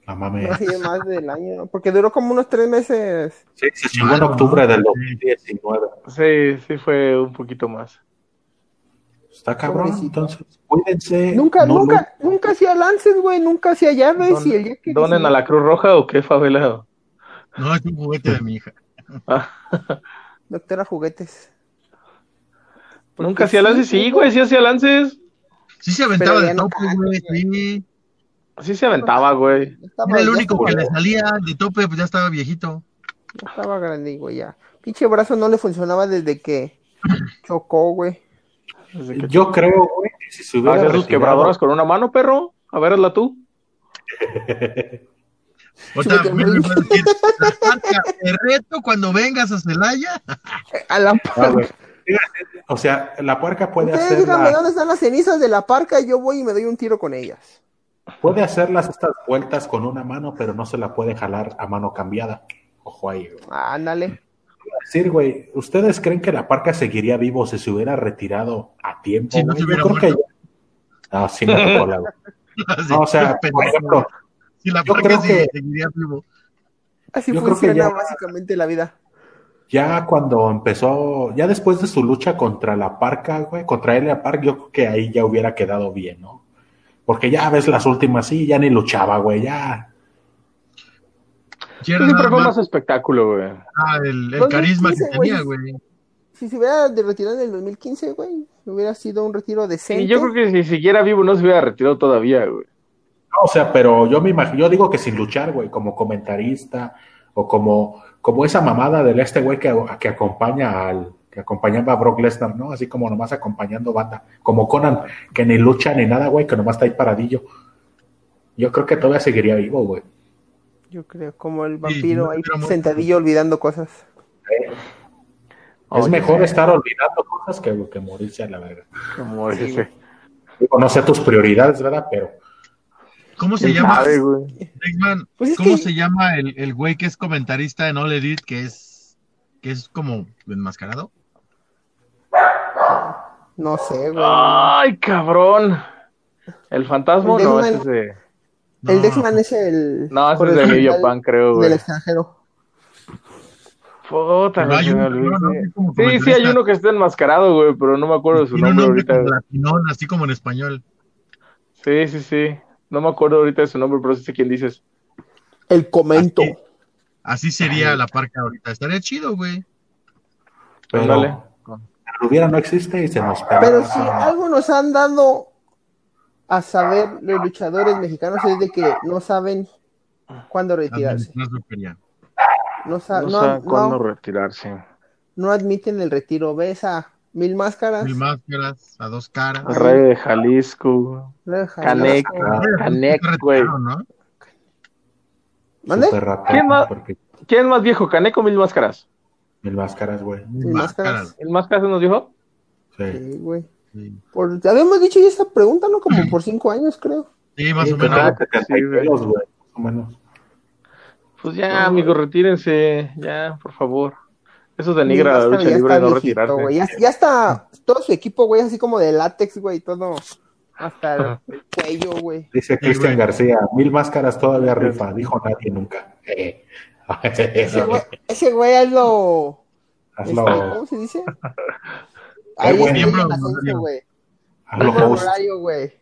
La mame.
No sé, más del año, ¿no? porque duró como unos tres meses.
Sí, se chingó en octubre del 2019.
Sí, sí fue un poquito más.
Está cabrón,
Pobrecito.
entonces, cuídense.
Nunca,
No,
nunca, nunca hacía lances, güey, nunca hacía llaves
Don-
y el día que
¿Donen a la Cruz Roja o qué favela?
No, es un juguete de mi hija.
doctora juguetes.
Nunca hacía lances, sí,
güey.
güey, sí hacía lances.
Sí se
Pero
aventaba de
ya no
tope, güey. sí.
Sí se aventaba, güey.
Estaba-
Era el
ya
único
estaba-
que le salía de tope, pues ya estaba viejito.
ya estaba grande, güey, ya. Pinche brazo no le funcionaba desde que chocó, güey.
Desde que-
Yo creo, güey, que si se hubiera
Hacer sus
retirado-
quebradoras con una mano, perro. A ver, hazla tú.
O sea, Wilmer va a decir, "La marca, te reto cuando vengas a Celaya.
A la
Ah,
parca.
güey. Dígame, O sea, la puerca puede
Ustedes
hacer,
díganme
las-
dónde están las cenizas de la parca, yo voy y me doy un tiro con ellas.
puede hacer las estas vueltas con una mano, pero no se la puede jalar a mano cambiada. Ojo ahí. güey.
Ándale.
Decir, güey, ¿ustedes creen que la parca seguiría vivo si se hubiera retirado a tiempo?
Si no
güey?
se
Yo
hubiera
creo que ya- No, sí me tocó la-
Así,
No, o sea,
pendejo.
por ejemplo,
si la
yo
parca
creo
sigue,
que-
seguiría vivo.
Así
Yo creo que
funciona
ya-
básicamente la vida.
ya cuando empezó, ya después de su lucha contra la parca, güey, contra Elia Park, yo creo que ahí ya hubiera quedado bien, ¿no? Porque ya ves las últimas, sí, ya ni luchaba, güey, ya.
Si era
Siempre
nada
fue
más,
más espectáculo, güey.
ah, el, el
Pues,
carisma que
dice, güey,
tenía, güey.
Si se hubiera de- retirado en el 2015, güey, hubiera sido un retiro decente.
Y yo creo que si siguiera vivo no se hubiera retirado todavía, güey.
No, o sea, pero yo me imagino, yo digo que sin luchar, güey, como comentarista o como, como esa mamada del este güey que, que acompaña al que acompañaba a Brock Lesnar, ¿no? Así como nomás acompañando banda, como Conan, que ni lucha ni nada, güey, que nomás está ahí paradillo. Yo creo que todavía seguiría vivo, güey.
Yo creo, como el
no,
vampiro ahí
pero-
sentadillo olvidando cosas.
Es
Oye,
mejor estar olvidando cosas que, que morirse a la verga.
Como
Sí,
dice.
Digo, no sé tus prioridades, ¿verdad? Pero
¿Cómo se
¿Quién
llama?
sabe, güey?
Dexman,
Pues es
¿cómo
que-
se llama el, el güey que es comentarista en All Elite, que es, que es como enmascarado?
No sé, güey.
Ah,
Ay, cabrón. El fantasma
El
no,
Dexman.
ese es de.
No,
El Dexman es el.
No, ese es de
corresponsal
New Japan, creo,
Del
güey.
extranjero.
Puta,
Pero
no
hay
se me
uno,
olvida.
¿no?
Sí,
Así como
sí,
comentarista.
hay uno que está enmascarado, güey, pero no me acuerdo de su
Tiene un
nombre ahorita.
nombre como
güey.
latinón, así como en español.
Sí, sí, sí. No me acuerdo ahorita de su nombre, pero sí sé quién dices.
El comento.
Así. Así sería la parca ahorita. Estaría chido, güey.
pero
Ándale.
la rubiera no existe y se nos
ah.
pega.
Pero si algo nos han dado a saber los luchadores mexicanos es de que no saben cuándo retirarse.
Administrar su feria.
No, sa-
No
no-
sabe
no-
cuándo retirarse.
no admiten el retiro. Ves a Mil Máscaras,
Mil máscaras, a dos caras.
El Rey de Jalisco, güey.
Reja-
Canek.
Ah,
Canek,
pues, Se retiraron,
güey.
¿no?
¿Mande?
Súper rápido,
¿Quién va?
Porque
¿Quién es más viejo, Caneco o Mil Máscaras?
mil máscaras, güey.
Mil
Mil máscaras.
máscaras.
¿El Máscaras nos dijo?
Sí.
Sí, güey.
Sí,
Por- te habíamos dicho ya esta pregunta, ¿no? Como por cinco años, creo.
Sí, más o
Pero
menos.
tengo 70
sí, güey.
kilos, güey, más o menos.
Pues ya, amigos, retírense, ya, por favor. Eso denigra la
Mil Máscaras
lucha
ya está
libre de no
viejito,
retirarse.
güey. Ya, ya está todo su equipo, güey, así como de látex, güey, todo hasta el cuello, güey.
Dice Cristian
güey.
García, mil máscaras todavía rifa, dijo nadie nunca. Eh.
Ese güey, ese güey es lo...
hazlo,
este, ¿Cómo se dice? Ahí
buen
es
miembro
el
honorario.
ascenso, güey.
hazlo
Buen
host.
horario, güey.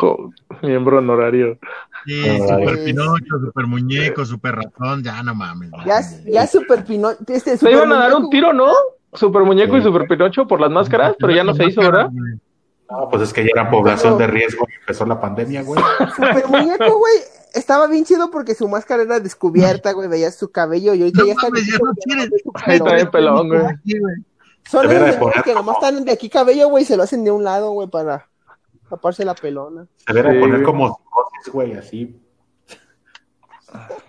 Jo, miembro honorario.
Sí,
Ay.
super Pinocho, super muñeco, super ratón. Ya no mames. güey.
Ya, es- ya es super pino... Este,
Se
super
iban a dar un
muñeco,
tiro, ¿no? Super muñeco y
Sí.
super pinocho por las máscaras, pero ya no se hizo, ¿verdad?
Güey.
No, pues es que ya era población de riesgo y empezó la pandemia, güey.
Super muñeco, güey. Estaba bien chido porque su máscara era descubierta, güey. Veías su cabello y ahorita
No
ya está.
mames, ya
viejito,
no
güey,
tiene-
nomás ves su
Ahí está
pelón.
bien pelón, güey.
Sí, güey.
Son
Debería de
esos güey,
poner
que nomás están de aquí cabello, güey, y se lo hacen de un lado, güey, para taparse la pelona.
Se debe
Sí,
poner
güey.
como psicosis, güey, así.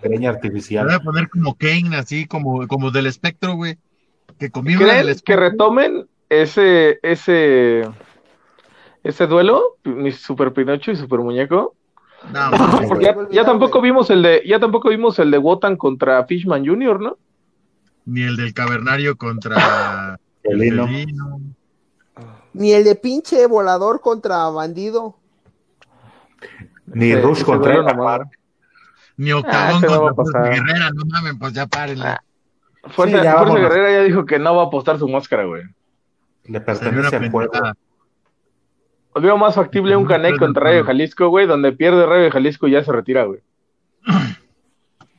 Greña
Le voy a
artificial.
poner como Kane, así como, como del espectro, güey. Que convive en el
¿Creen que
espectro.
retomen ese, ese, ese duelo? Mi super pinocho y super muñeco.
No, mames.
Porque ya, ya tampoco vimos el de, ya tampoco vimos el de Wotan contra Fishman Jr., ¿no?
ni el del cavernario contra el
Felino.
felino.
Ni el de pinche volador contra bandido.
Ni
Ese-
Rush
ese
contra
duelo
Elia
nomás.
Park.
Ni Octagón
Ah, ese no va a
contra Fuerza
pasar.
Guerrera, no mames, pues ya párenle.
Ah, Fuerza,
Sí, ya
Fuerza
vámonos.
Guerrera ya dijo que no va a apostar su máscara, güey.
Le
Sería una
pertenece al pueblo.
pendejada.
Veo más factible un Canek contra Rayo Jalisco, güey, donde pierde Rayo Jalisco y ya se retira, güey.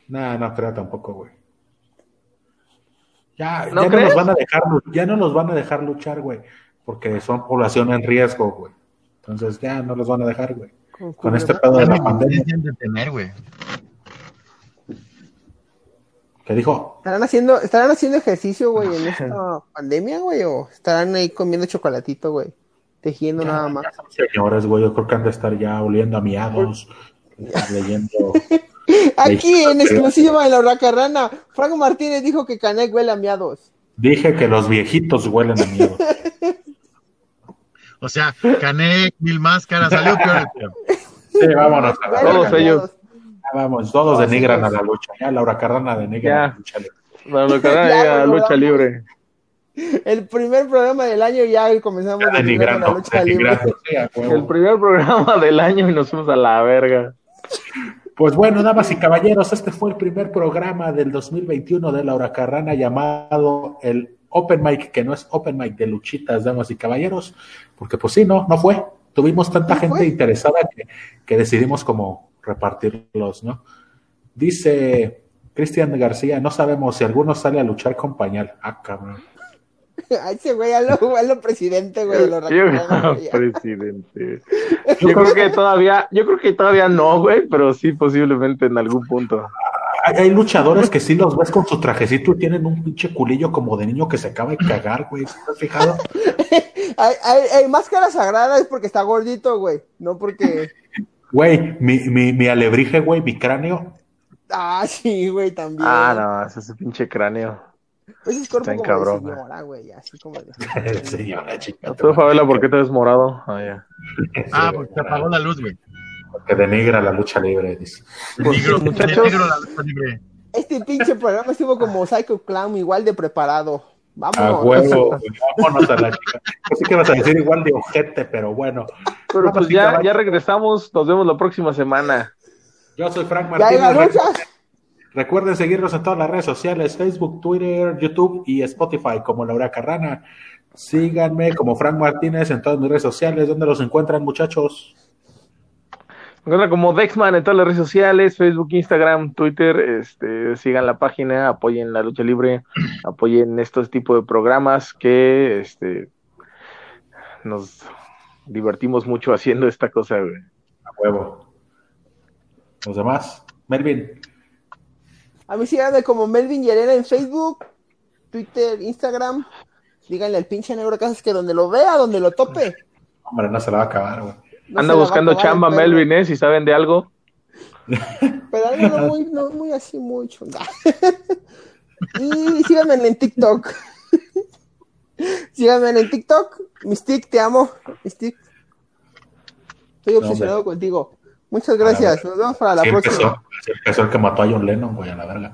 No, no creo tampoco, güey. Ya,
¿No
ya no
crees?
nos van a dejar, lu- ya no nos van a dejar luchar, güey, porque son población en riesgo, güey. Entonces ya no los van a dejar, güey. Con este pedo de
Ya me
la pandemia
intentan detener, güey.
que dijo,
¿Estarán haciendo, ¿Estarán haciendo ejercicio, güey, en esta pandemia, güey? ¿O estarán ahí comiendo chocolatito, güey? tejiendo
Ya,
nada
ya
más.
son señoras, güey, yo creo que han de estar ya oliendo a miados, leyendo.
Aquí en
Pero-
exclusiva en la huracarrana, Frank Martínez dijo que Canek huele a miados.
Dije que los viejitos huelen a miedo.
O sea, Canek, Mil Máscaras, salió peor el peor.
Sí, vámonos. a la
Huele a
Todos
verga.
ellos.
miados.
Ya Vamos, todos denigran a la lucha. Ya Laura Carrana denigra a la
Ya.
lucha. libre.
Para lo que hará
Ya,
ella,
lo
lucha
logramos.
libre.
El primer programa del año ya comenzamos de nuevo
Ya
con la
denigrando,
lucha libre.
denigrando. sí, a huevo.
El primer programa del año y nos fuimos a la verga.
Pues bueno, damas y caballeros, este fue el primer programa del 2021 de Laura Carrana llamado el Open Mic, que no es Open Mic de luchitas, damas y caballeros, porque pues sí, no, no fue. Tuvimos tanta
No
gente
fue.
interesada que, que decidimos como repartirlos, ¿no? Dice Cristian García, no sabemos si alguno sale a luchar con pañal. Ah, cabrón.
Ay, ese güey, a lo, a lo presidente, güey, de la
Yo,
huracarrana, güey, ya.
pues. presidente. Yo creo que todavía, yo creo que todavía no, güey, pero sí posiblemente en algún punto.
Hay, hay luchadores que sí los ves con su trajecito y tienen un pinche culillo como de niño que se acaba de cagar, güey. ¿Te has fijado?
Ay, ay, ay, máscara sagrada es porque está gordito, güey. No porque.
Güey, mi, mi, mi alebrije, güey, mi cráneo.
Ah, sí, güey, también.
Ah, no, ese es ese pinche cráneo.
Ese es cuerpo
Está en
como
cabrón,
de señora, güey, así como de.
Señora, chica.
Tú, Fabela, ¿por qué te ves morado? Ah, ya.
Ah, porque se apagó la luz, güey.
Que denigra la lucha libre, dice.
Negro,
Pues, muchachos.
negro la lucha libre.
Este pinche programa estuvo como Psycho Clown, igual de preparado. Vamos.
A huevo, güey, vámonos a la chica. Así que vas a decir igual de ojete, pero bueno.
Pero pues ya, ya regresamos, nos vemos la próxima semana.
Yo soy Frank
Ya hay
Martínez.
la lucha.
Recuerden seguirnos en todas las redes sociales, Facebook, Twitter, YouTube y Spotify como Laura Carrana. Síganme como Frank Martínez en todas mis redes sociales. ¿Dónde los encuentran, muchachos?
Me Encuentra como Dexman en todas las redes sociales, Facebook, Instagram, Twitter, este, sigan la página, apoyen la lucha libre, apoyen estos tipos de programas que este nos divertimos mucho haciendo esta cosa, güey.
A huevo. Los demás. Melvin.
A mí síganme como Melvin Yerena en Facebook, Twitter, Instagram. Díganle al pinche negro Casas que donde lo vea, donde lo tope.
Hombre, no se la va a acabar, güey.
no
Anda
se la va a
buscando
acabar el
chamba,
perro.
Melvin, ¿eh? Si saben de algo.
Pero algo no muy, no muy así, muy chunga. y síganme en TikTok. síganme en TikTok. Mystic, te amo. Mystic. Estoy obsesionado
hombre.
contigo. Muchas gracias. Nos vemos para la
Sí
próxima.
empezó, sí empezó el que mató a John Lennon, güey, a la verga.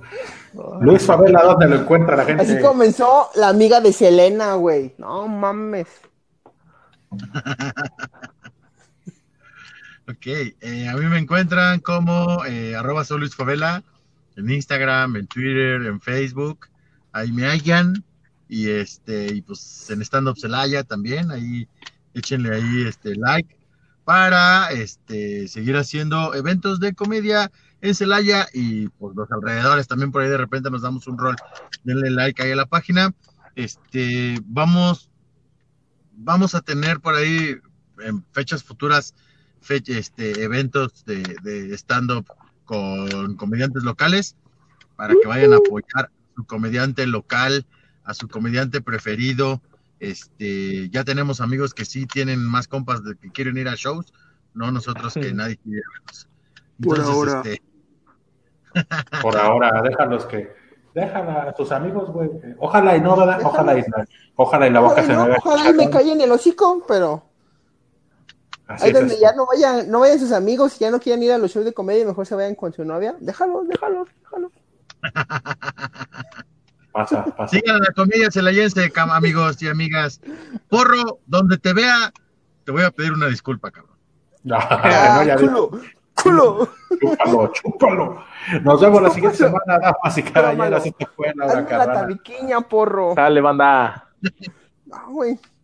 Luis Favela, ¿dónde lo encuentra la gente?
Así comenzó la amiga de Selena, güey. No mames.
Ok, eh, a mí me encuentran como eh, arroba soy Luis Favela en Instagram, en Twitter, en Facebook. Ahí me hallan. Y este, y pues en Stand Up Celaya también. Ahí échenle ahí este like para este seguir haciendo eventos de comedia en Celaya y por los alrededores también por ahí de repente nos damos un rol. Denle like ahí a la página. Este, vamos, vamos a tener por ahí en fechas futuras fe- este, eventos de, de stand-up con comediantes locales para que vayan a apoyar a su comediante local, a su comediante preferido. Este, ya tenemos amigos que sí tienen más compas de que quieren ir a shows, no nosotros que nadie quiere verlos.
Por
Entonces,
ahora.
este,
Por ahora, déjalos que. Déjala a tus amigos, güey. Ojalá y no, ¿verdad? Ojalá y no. Ojalá y la boca
Ojalá, y
se me
no,
vea.
ojalá y me caiga en el hocico, pero
Así
ahí
es
donde
esto.
ya no vayan, no vayan sus amigos y ya no quieran ir a los shows de comedia y mejor se vayan con su novia. Déjalos, déjalos, déjalos.
Pasa, pasa.
Sigan a la comedia celayense, cam- amigos y amigas. Porro, donde te vea, te voy a pedir una disculpa, cabrón.
No,
Ah,
no, ya
culo, culo.
vi. Chúpalo, chúpalo. Nos vemos la siguiente semana, damas y
Tómalo.
caballeros. Esto fue Laura
Hazme la
Carrana.
tabiquiña, porro.
Dale, banda.
Ah, güey.